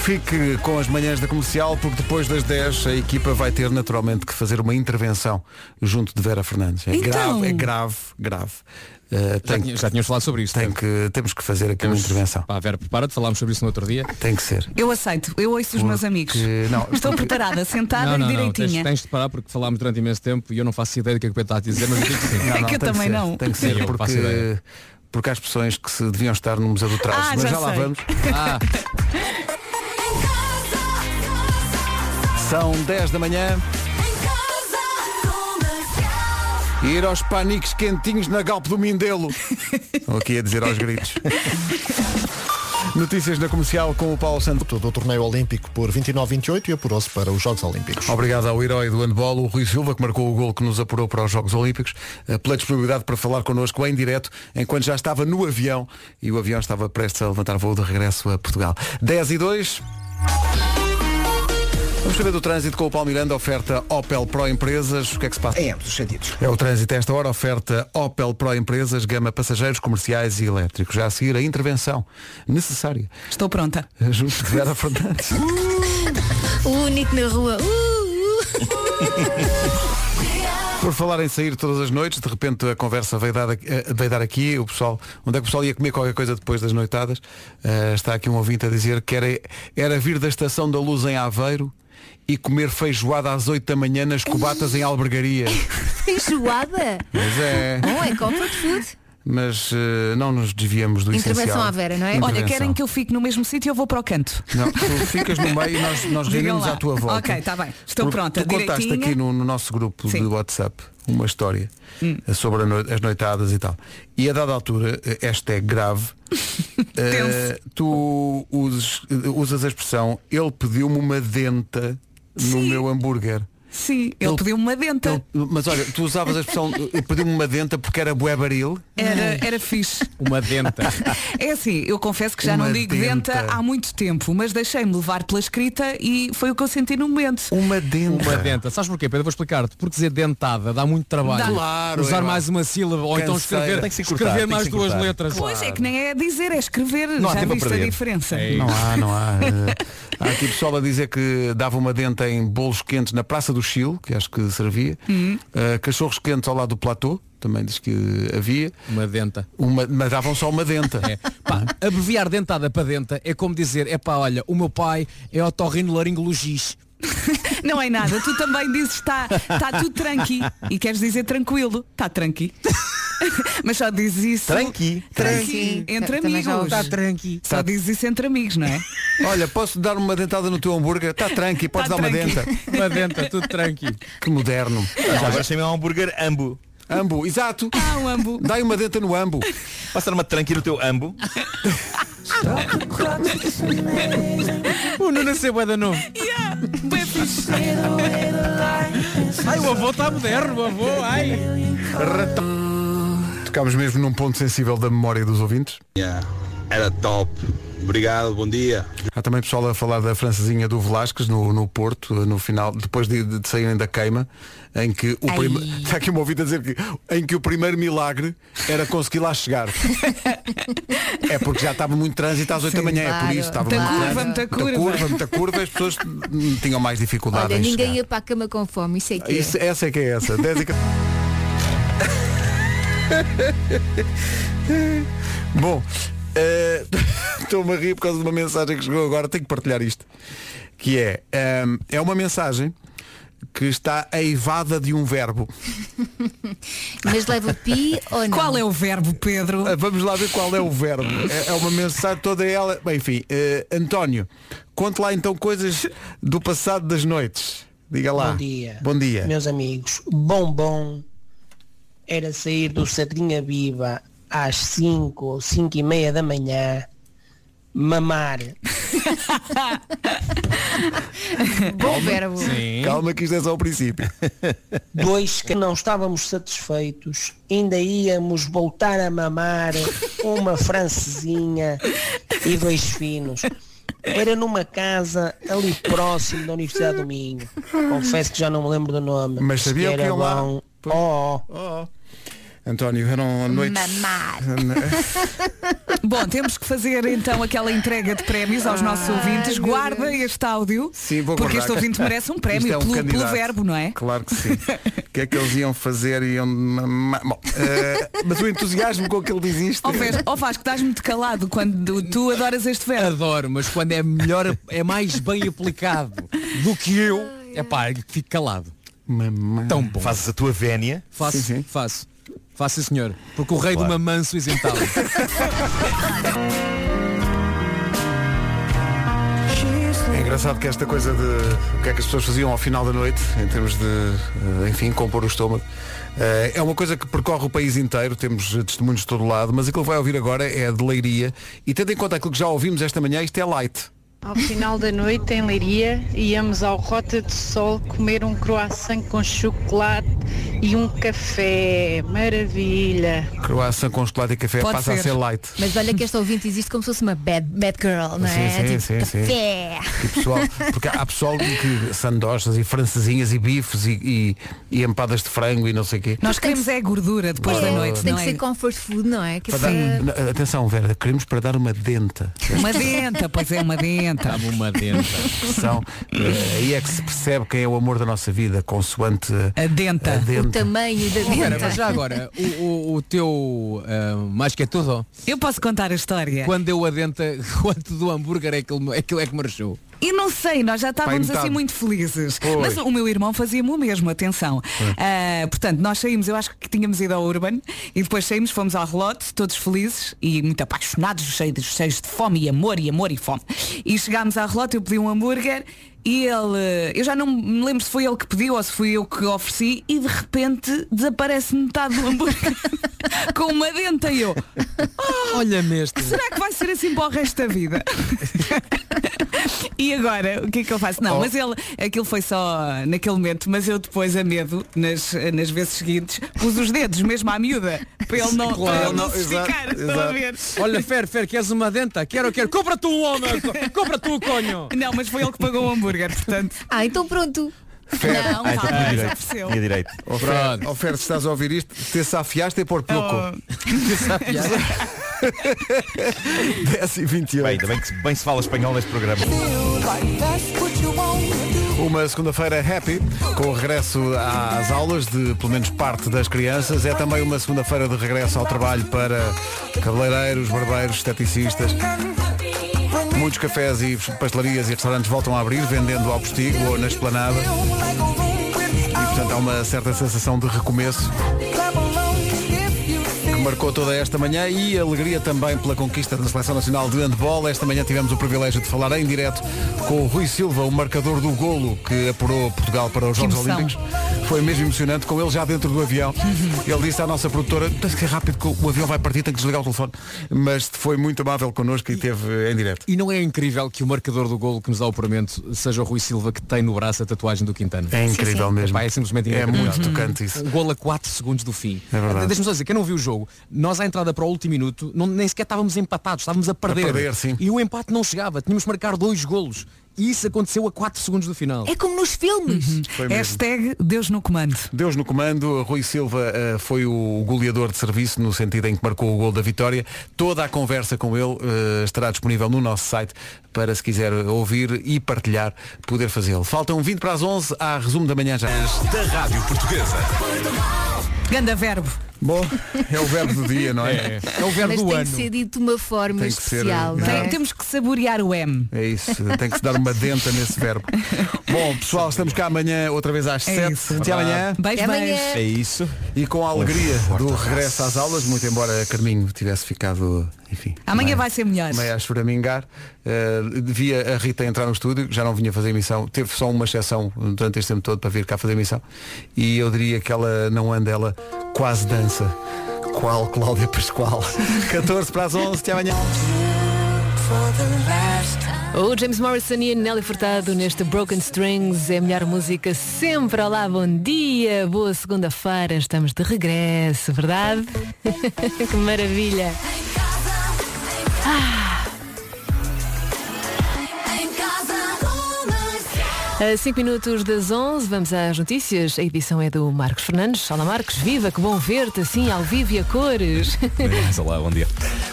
Speaker 2: Fique com as manhãs da comercial, porque depois das 10 a equipa vai ter naturalmente que fazer uma intervenção junto de Vera Fernandes. É
Speaker 10: Então.
Speaker 2: grave, é grave, grave. Uh, tem que-
Speaker 10: Já tínhamos falado sobre isso.
Speaker 2: tem que, temos que fazer aqui uma intervenção.
Speaker 10: Pá, Vera, prepara-te, falámos sobre isso no outro dia.
Speaker 2: Tem que ser.
Speaker 4: Eu aceito, eu ouço os meus
Speaker 10: Porque-
Speaker 4: amigos.
Speaker 10: não,
Speaker 4: Estou
Speaker 10: porque-
Speaker 4: preparada, sentada
Speaker 10: não,
Speaker 4: e
Speaker 10: não, não, Tens,
Speaker 4: direitinha.
Speaker 10: tens de parar porque falámos durante imenso tempo e eu não faço ideia do que é que o Pedro está a dizer, mas eu digo que sim.
Speaker 2: Não,
Speaker 4: É que eu
Speaker 2: tem
Speaker 4: também
Speaker 2: ser,
Speaker 4: não.
Speaker 2: Tem que ser
Speaker 10: Eu não faço
Speaker 2: porque,
Speaker 10: ideia.
Speaker 2: porque há as pessoas que se deviam estar nos adulterados.
Speaker 4: Ah,
Speaker 2: Mas já,
Speaker 4: já
Speaker 2: lá
Speaker 4: sei.
Speaker 2: vamos.
Speaker 10: Ah.
Speaker 2: São 10 da manhã. Ir aos paniques quentinhos na Galpo do Mindelo. Estão aqui a dizer aos gritos. Notícias na comercial com o Paulo Santos.
Speaker 1: Todo o torneio olímpico por 29-28 e apurou-se para os Jogos Olímpicos.
Speaker 2: Obrigado ao herói do handball, o Rui Silva, que marcou o gol que nos apurou para os Jogos Olímpicos, eh, pela disponibilidade para falar connosco em direto, enquanto já estava no avião e o avião estava prestes a levantar voo de regresso a Portugal. 10 e 2. Vamos saber do trânsito com o Paulo Miranda, oferta Opel Pro Empresas. O que é que se passa?
Speaker 3: Em ambos os sentidos.
Speaker 2: É o trânsito a esta hora, oferta Opel Pro Empresas, gama passageiros, comerciais e elétricos. Já a seguir a intervenção necessária.
Speaker 4: Estou pronta.
Speaker 2: Junto de Vera Fernandes.
Speaker 5: O único na rua. Uh, uh.
Speaker 2: Por falar em sair todas as noites, de repente a conversa veio dar, aqui- eh, veio dar aqui, o pessoal, onde é que o pessoal ia comer qualquer coisa depois das noitadas? Eh, está aqui um ouvinte a dizer que era, era vir da Estação da Luz em Aveiro e comer feijoada às 8 da manhã nas cubatas em Albergaria.
Speaker 5: Feijoada.
Speaker 2: Mas é.
Speaker 5: Bom, é comfort food.
Speaker 2: Mas eh, não nos desviemos do
Speaker 5: Intervenção
Speaker 2: essencial.
Speaker 5: à Vera, não é?
Speaker 4: Olha,
Speaker 2: Intervenção.
Speaker 4: querem que eu fique no mesmo sítio, eu vou para o canto.
Speaker 2: Não, tu ficas no meio e nós, nós
Speaker 4: Digam
Speaker 2: reunimos
Speaker 4: lá.
Speaker 2: à tua volta.
Speaker 4: Ok, está bem. Estou
Speaker 2: Porque
Speaker 4: pronta.
Speaker 2: Tu contaste
Speaker 4: Direitinha.
Speaker 2: aqui no, no nosso grupo
Speaker 4: Sim.
Speaker 2: de WhatsApp uma história
Speaker 4: Hum.
Speaker 2: sobre a noi- as noitadas e tal. E a dada altura, eh, esta é grave, eh, tu usas, usas a expressão ele pediu-me uma denta no meu hambúrguer.
Speaker 4: Sim, ele, pediu uma denta.
Speaker 2: Mas olha, tu usavas a expressão eu pedi-me uma denta porque era bué baril.
Speaker 4: Era, era fixe.
Speaker 10: Uma denta.
Speaker 4: É assim, eu confesso que já
Speaker 2: Uma
Speaker 4: não digo denta.
Speaker 2: denta.
Speaker 4: há muito tempo, mas deixei-me levar pela escrita e foi o que eu senti no momento.
Speaker 2: Uma denta.
Speaker 10: Uma denta. Sabes porquê, Pedro? Vou explicar-te. Porque dizer dentada dá muito trabalho.
Speaker 4: Dá. Claro,
Speaker 10: Usar
Speaker 4: é.
Speaker 10: mais uma sílaba ou então
Speaker 15: Canseira.
Speaker 10: escrever,
Speaker 15: Tem que se
Speaker 10: escrever
Speaker 15: cortar, tem que
Speaker 10: mais
Speaker 15: se
Speaker 10: duas
Speaker 15: cortar.
Speaker 10: letras.
Speaker 4: Pois é que nem é dizer, é escrever.
Speaker 2: Não há
Speaker 4: já
Speaker 2: tempo a
Speaker 4: viste a
Speaker 2: perder. É
Speaker 4: diferença.
Speaker 2: Não há, não há. eh, Há aqui pessoal a dizer que dava uma denta em bolos quentes na Praça do Chile, que acho que servia.
Speaker 4: Hum.
Speaker 2: Uh, cachorros quentes ao lado do platô, também diz que havia.
Speaker 10: Uma denta.
Speaker 2: Uma, mas davam só uma denta.
Speaker 10: É. Pá, abreviar dentada para denta é como dizer, é pá, olha, o meu pai é otorrinolaringologis.
Speaker 4: Não é nada. Tu também dizes está tá tudo tranqui. E queres dizer tranquilo. Está tranqui. Mas só dizes isso.
Speaker 15: Tranqui.
Speaker 4: Tranqui.
Speaker 15: Tranqui.
Speaker 4: Entre
Speaker 15: Também já
Speaker 4: amigos.
Speaker 15: ouvi. Tá
Speaker 4: tranqui. Só dizes isso entre amigos, não é?
Speaker 2: Olha, posso dar uma dentada no teu hambúrguer? Está tranqui, podes
Speaker 4: Tá
Speaker 2: dar
Speaker 4: tranqui.
Speaker 2: uma denta.
Speaker 10: Uma denta, tudo tranqui.
Speaker 2: Que moderno.
Speaker 15: Já agora chamei um hambúrguer ambo.
Speaker 2: Ambo, exato.
Speaker 4: Ah, um ambo.
Speaker 2: Dá uma denta no ambo.
Speaker 15: Passar uma tranqui no teu ambo.
Speaker 10: O Nuno é bué da novo.
Speaker 4: Yeah.
Speaker 10: Ai, o avô está moderno, o avô, ai.
Speaker 4: Ah.
Speaker 2: Tocámos mesmo num ponto sensível da memória dos ouvintes.
Speaker 21: Era top. Obrigado, bom dia.
Speaker 2: Há também pessoal a falar da francesinha do Velasquez no, no Porto, no final, depois de, de saírem da queima, em que o
Speaker 21: Ai.
Speaker 2: primeiro. Está aqui uma ouvinte a dizer que em que o primeiro milagre era conseguir lá chegar. é porque já estava muito trânsito às 8 da
Speaker 4: Sim,
Speaker 2: manhã, é por
Speaker 5: claro.
Speaker 2: isso. Estava
Speaker 5: Muita
Speaker 2: muito
Speaker 5: curva,
Speaker 2: trânsito.
Speaker 5: muita curva.
Speaker 2: curva, muita curva, as pessoas hum, tinham mais dificuldade
Speaker 5: Olha,
Speaker 2: em
Speaker 5: ninguém
Speaker 2: chegar.
Speaker 5: ia para a cama com fome, isso é que é.
Speaker 2: Isso- essa é que é essa. 10 e ca- Bom, eh, estou-me a rir por causa de uma mensagem que chegou agora, tenho que partilhar isto. Que é, ehm, é uma mensagem que está aivada de um verbo. é-
Speaker 5: Mas leva o pi ou não?
Speaker 4: Qual é o verbo, Pedro?
Speaker 2: Ah, Vamos lá ver qual é o verbo. É, é uma mensagem toda ela. Bem, enfim, eh, António, conte lá então coisas do passado das noites. Diga lá.
Speaker 22: Bom dia.
Speaker 2: Bom dia.
Speaker 22: Meus amigos, bombom era sair do Sardinha Viva às 5 ou 5 e meia da manhã, mamar.
Speaker 5: Bom verbo.
Speaker 2: Calma que isto é só o princípio.
Speaker 22: Dois que não estávamos satisfeitos, ainda íamos voltar a mamar uma francesinha e dois finos. Era numa casa ali próximo da Universidade do Minho. Confesso que já não me lembro do nome.
Speaker 2: Mas sabia
Speaker 22: era
Speaker 2: que iam lá?
Speaker 22: bom. Oh, oh.
Speaker 2: António, eram noites.
Speaker 5: Mamar.
Speaker 4: Bom, temos que fazer então aquela entrega de prémios aos nossos ouvintes. Guarda este áudio.
Speaker 2: Sim, vou
Speaker 4: porque
Speaker 2: guardar.
Speaker 4: este ouvinte merece um prémio
Speaker 2: Isto é um
Speaker 4: pelo, pelo
Speaker 2: candidato.
Speaker 4: verbo, não é?
Speaker 2: Claro que sim. O que é que eles iam fazer? Iam... mamar? Bom, eh, mas o entusiasmo com que ele diz isto. é-
Speaker 4: Ó Vasco, ó Vasco, estás muito calado quando tu adoras este verbo.
Speaker 10: Adoro, mas quando é melhor, é mais bem aplicado do que eu, é pá, fico calado. Tão bom.
Speaker 15: Hum. Fazes a tua vénia.
Speaker 10: Faço,
Speaker 15: Sim,
Speaker 10: faço. Faço, sim, senhor. Porque o rei
Speaker 15: Claro.
Speaker 10: do mamanço isentado.
Speaker 2: É engraçado que esta coisa de o que é que as pessoas faziam ao final da noite, em termos de, eh, enfim, compor o estômago, eh, é uma coisa que percorre o país inteiro, temos eh, testemunhos de todo lado, mas aquilo que vai ouvir agora é de leiria. E tendo em conta aquilo que já ouvimos esta manhã, isto é light.
Speaker 23: Ao final da noite, em Leiria, íamos ao Rota do Sol comer um croissant com chocolate e um café. Maravilha!
Speaker 2: Croácia com chocolate e café passa a ser light.
Speaker 5: Mas olha que esta ouvinte diz isto como se fosse uma bad, bad girl, não é?
Speaker 2: Sim, sim,
Speaker 5: Tipo,
Speaker 2: sim, sim.
Speaker 5: café.
Speaker 2: E pessoal, porque há pessoal que sandochas e francesinhas e bifes e, e, e empadas de frango e não sei o quê.
Speaker 4: Nós queremos é gordura depois da
Speaker 2: Boa.
Speaker 4: noite,
Speaker 5: Tem
Speaker 4: não
Speaker 5: que
Speaker 4: é?
Speaker 5: ser comfort food, não é? Que
Speaker 2: Para dar- um
Speaker 5: seja-
Speaker 2: N- atenção, Vera, queremos para dar uma denta.
Speaker 4: Uma denta, pois é, uma denta.
Speaker 10: uma denta.
Speaker 2: São, eh, aí é que se percebe quem é o amor da nossa vida, consoante eh,
Speaker 4: a denta.
Speaker 2: A
Speaker 5: O tamanho da
Speaker 10: Espera,
Speaker 5: denta.
Speaker 10: mas já agora, o, o- o teu ah, mais que é tudo,
Speaker 4: Eu posso contar a história.
Speaker 10: quando eu adenta, quanto do hambúrguer é que, ele- é que, é que marchou?
Speaker 4: E não sei, nós já estávamos
Speaker 10: metade.
Speaker 4: assim muito felizes.
Speaker 10: Pois.
Speaker 4: Mas o meu irmão fazia-me o mesmo, atenção. Ah, portanto, nós saímos, eu acho que tínhamos ido ao Urban e depois saímos, fomos ao relote, todos felizes e muito apaixonados, cheios, cheios de fome e amor e amor e fome. E chegámos ao relote, eu pedi um hambúrguer e ele, eu já não me lembro se foi ele que pediu ou se fui eu que ofereci e de repente desaparece metade do hambúrguer com uma denta e eu. "Ah,
Speaker 10: Olha-me este.
Speaker 4: Será que vai ser assim para o resto da vida? E E agora, o que é que eu faço? Não,
Speaker 6: Oh.
Speaker 4: mas ele, aquilo foi só naquele momento, mas eu depois, a medo, nas, nas vezes seguintes, pus os dedos mesmo à miúda, para ele não, para ele não se esticar. estão a ver?
Speaker 10: Olha, Fer, Fer, queres uma denta? Quero, quero. Compra tu um homem. co- Compra tu o conho.
Speaker 4: Não, mas foi ele que pagou o hambúrguer, portanto.
Speaker 5: Ah, então pronto. Não,
Speaker 2: Ah, então
Speaker 5: calma,
Speaker 2: tinha
Speaker 5: já
Speaker 2: direito.
Speaker 5: percebeu.
Speaker 2: Tinha direito. Ó, Fer, ó, Fer, se estás a ouvir isto, te safiaste e por pouco.
Speaker 4: Oh.
Speaker 2: Te safiaste. 10 e 28.
Speaker 15: Bem, ainda bem que se- bem se fala espanhol neste programa.
Speaker 2: Uma segunda-feira happy, com o regresso às aulas de pelo menos parte das crianças. É também uma segunda-feira de regresso ao trabalho para cabeleireiros, barbeiros, esteticistas. Muitos cafés e pastelarias e restaurantes voltam a abrir, vendendo ao postigo ou na esplanada. E portanto há uma certa sensação de recomeço que marcou toda esta manhã e alegria também pela conquista da Seleção Nacional de Handball. Esta manhã tivemos o privilégio de falar em direto com o Rui Silva, o marcador do golo que apurou Portugal para os
Speaker 7: Que
Speaker 2: Jogos
Speaker 7: emoção.
Speaker 2: Olímpicos. Foi mesmo emocionante, com ele já dentro do avião.
Speaker 7: Uhum.
Speaker 2: Ele disse à nossa produtora, tens que ser rápido que o avião vai partir, tem que desligar o telefone. Mas foi muito amável connosco e teve em direto.
Speaker 10: E não é incrível que o marcador do golo que nos dá o puramento seja o Rui Silva que tem no braço a tatuagem do Quintana.
Speaker 2: É incrível Sim, sim. mesmo.
Speaker 10: Epá, é simplesmente
Speaker 2: É
Speaker 10: inacreditável.
Speaker 2: muito tocante isso.
Speaker 10: Um golo a 4 segundos do fim. Ah,
Speaker 2: É verdade.
Speaker 10: Deixa-me só dizer, quem não viu o jogo, nós à entrada para o último minuto não- nem sequer estávamos empatados, estávamos a perder.
Speaker 2: perder, sim.
Speaker 10: E o empate não chegava, tínhamos que marcar dois golos. E isso aconteceu a 4 segundos do final.
Speaker 5: É como nos filmes.
Speaker 2: Foi mesmo.
Speaker 4: Oh, Hashtag Deus no comando.
Speaker 2: Deus no comando, Rui Silva eh, foi o goleador de serviço no sentido em que marcou o gol da vitória. Toda a conversa com ele eh, estará disponível no nosso site para se quiser ouvir e partilhar, poder fazê-lo. Faltam 20 para as 11, há resumo da manhã já.
Speaker 7: Da Rádio Portuguesa.
Speaker 4: Ganda verbo.
Speaker 2: Bom, é o verbo do dia, não é?
Speaker 10: É.
Speaker 5: Mas tem que ser dito de uma forma
Speaker 2: Tem que ser,
Speaker 5: especial. não
Speaker 2: exato.
Speaker 5: é?
Speaker 4: Temos que saborear o M.
Speaker 2: É isso, tem que se dar uma denta nesse verbo. Bom, pessoal, estamos cá amanhã, outra vez às
Speaker 4: É
Speaker 2: 7.
Speaker 4: isso.
Speaker 2: Até amanhã.
Speaker 4: Beijo, Até amanhã. beijo.
Speaker 2: É isso. E com a alegria
Speaker 4: Um forte
Speaker 2: do
Speaker 4: abraço.
Speaker 2: regresso às aulas, muito embora Carminho tivesse ficado, enfim.
Speaker 4: Amanhã
Speaker 2: meia-
Speaker 4: vai ser melhor.
Speaker 2: Meia a choramingar. Uh, devia a Rita entrar no estúdio, já não vinha fazer emissão. Teve só uma exceção durante este tempo todo para vir cá fazer emissão. E eu diria que ela não anda, ela quase dança. Qual Cláudia Pascoal? 14 para as 11, até amanhã.
Speaker 9: O James Morrison e a Nelly Furtado neste Broken Strings é a melhor música sempre. Olá, bom dia, boa segunda-feira, estamos de regresso, verdade? que maravilha! Ah. A 5 minutos das 11, vamos às notícias. A edição é do Marcos Fernandes. Olá, Marcos, viva, que bom ver-te assim, ao vivo e a cores.
Speaker 24: Mas olá, bom dia.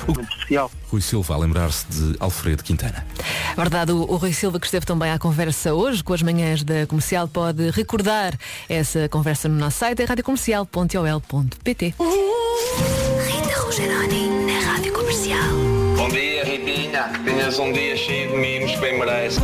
Speaker 24: O... Rui Silva a lembrar-se de Alfredo Quintana.
Speaker 9: Verdade, o, o Rui Silva, que esteve também à conversa hoje com as manhãs da comercial, pode recordar essa conversa no nosso site, é radiocomercial.ol.pt.
Speaker 7: Rita Rogeroni, na Rádio Comercial.
Speaker 25: Bom dia, Ritinha. Que tenhas um dia cheio de mimos que bem merece.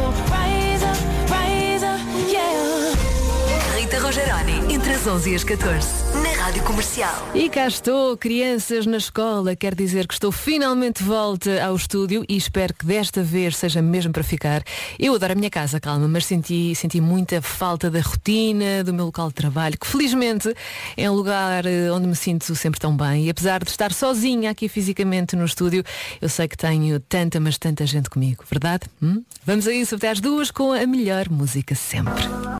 Speaker 9: Rita Rogeroni, entre as 11 e as 14.
Speaker 11: Na Rádio Comercial.
Speaker 9: E cá estou, crianças na escola. Quer dizer que estou finalmente de volta ao estúdio e espero que desta vez seja mesmo para ficar. Eu adoro a minha casa, calma, mas senti, senti muita falta da rotina, do meu local de trabalho, que felizmente é um lugar eh, onde me sinto sempre tão bem. E apesar de estar sozinha aqui fisicamente no estúdio, eu sei que tenho tanta, mas tanta gente comigo, verdade? Hum? Vamos a isso até às duas com a melhor música sempre.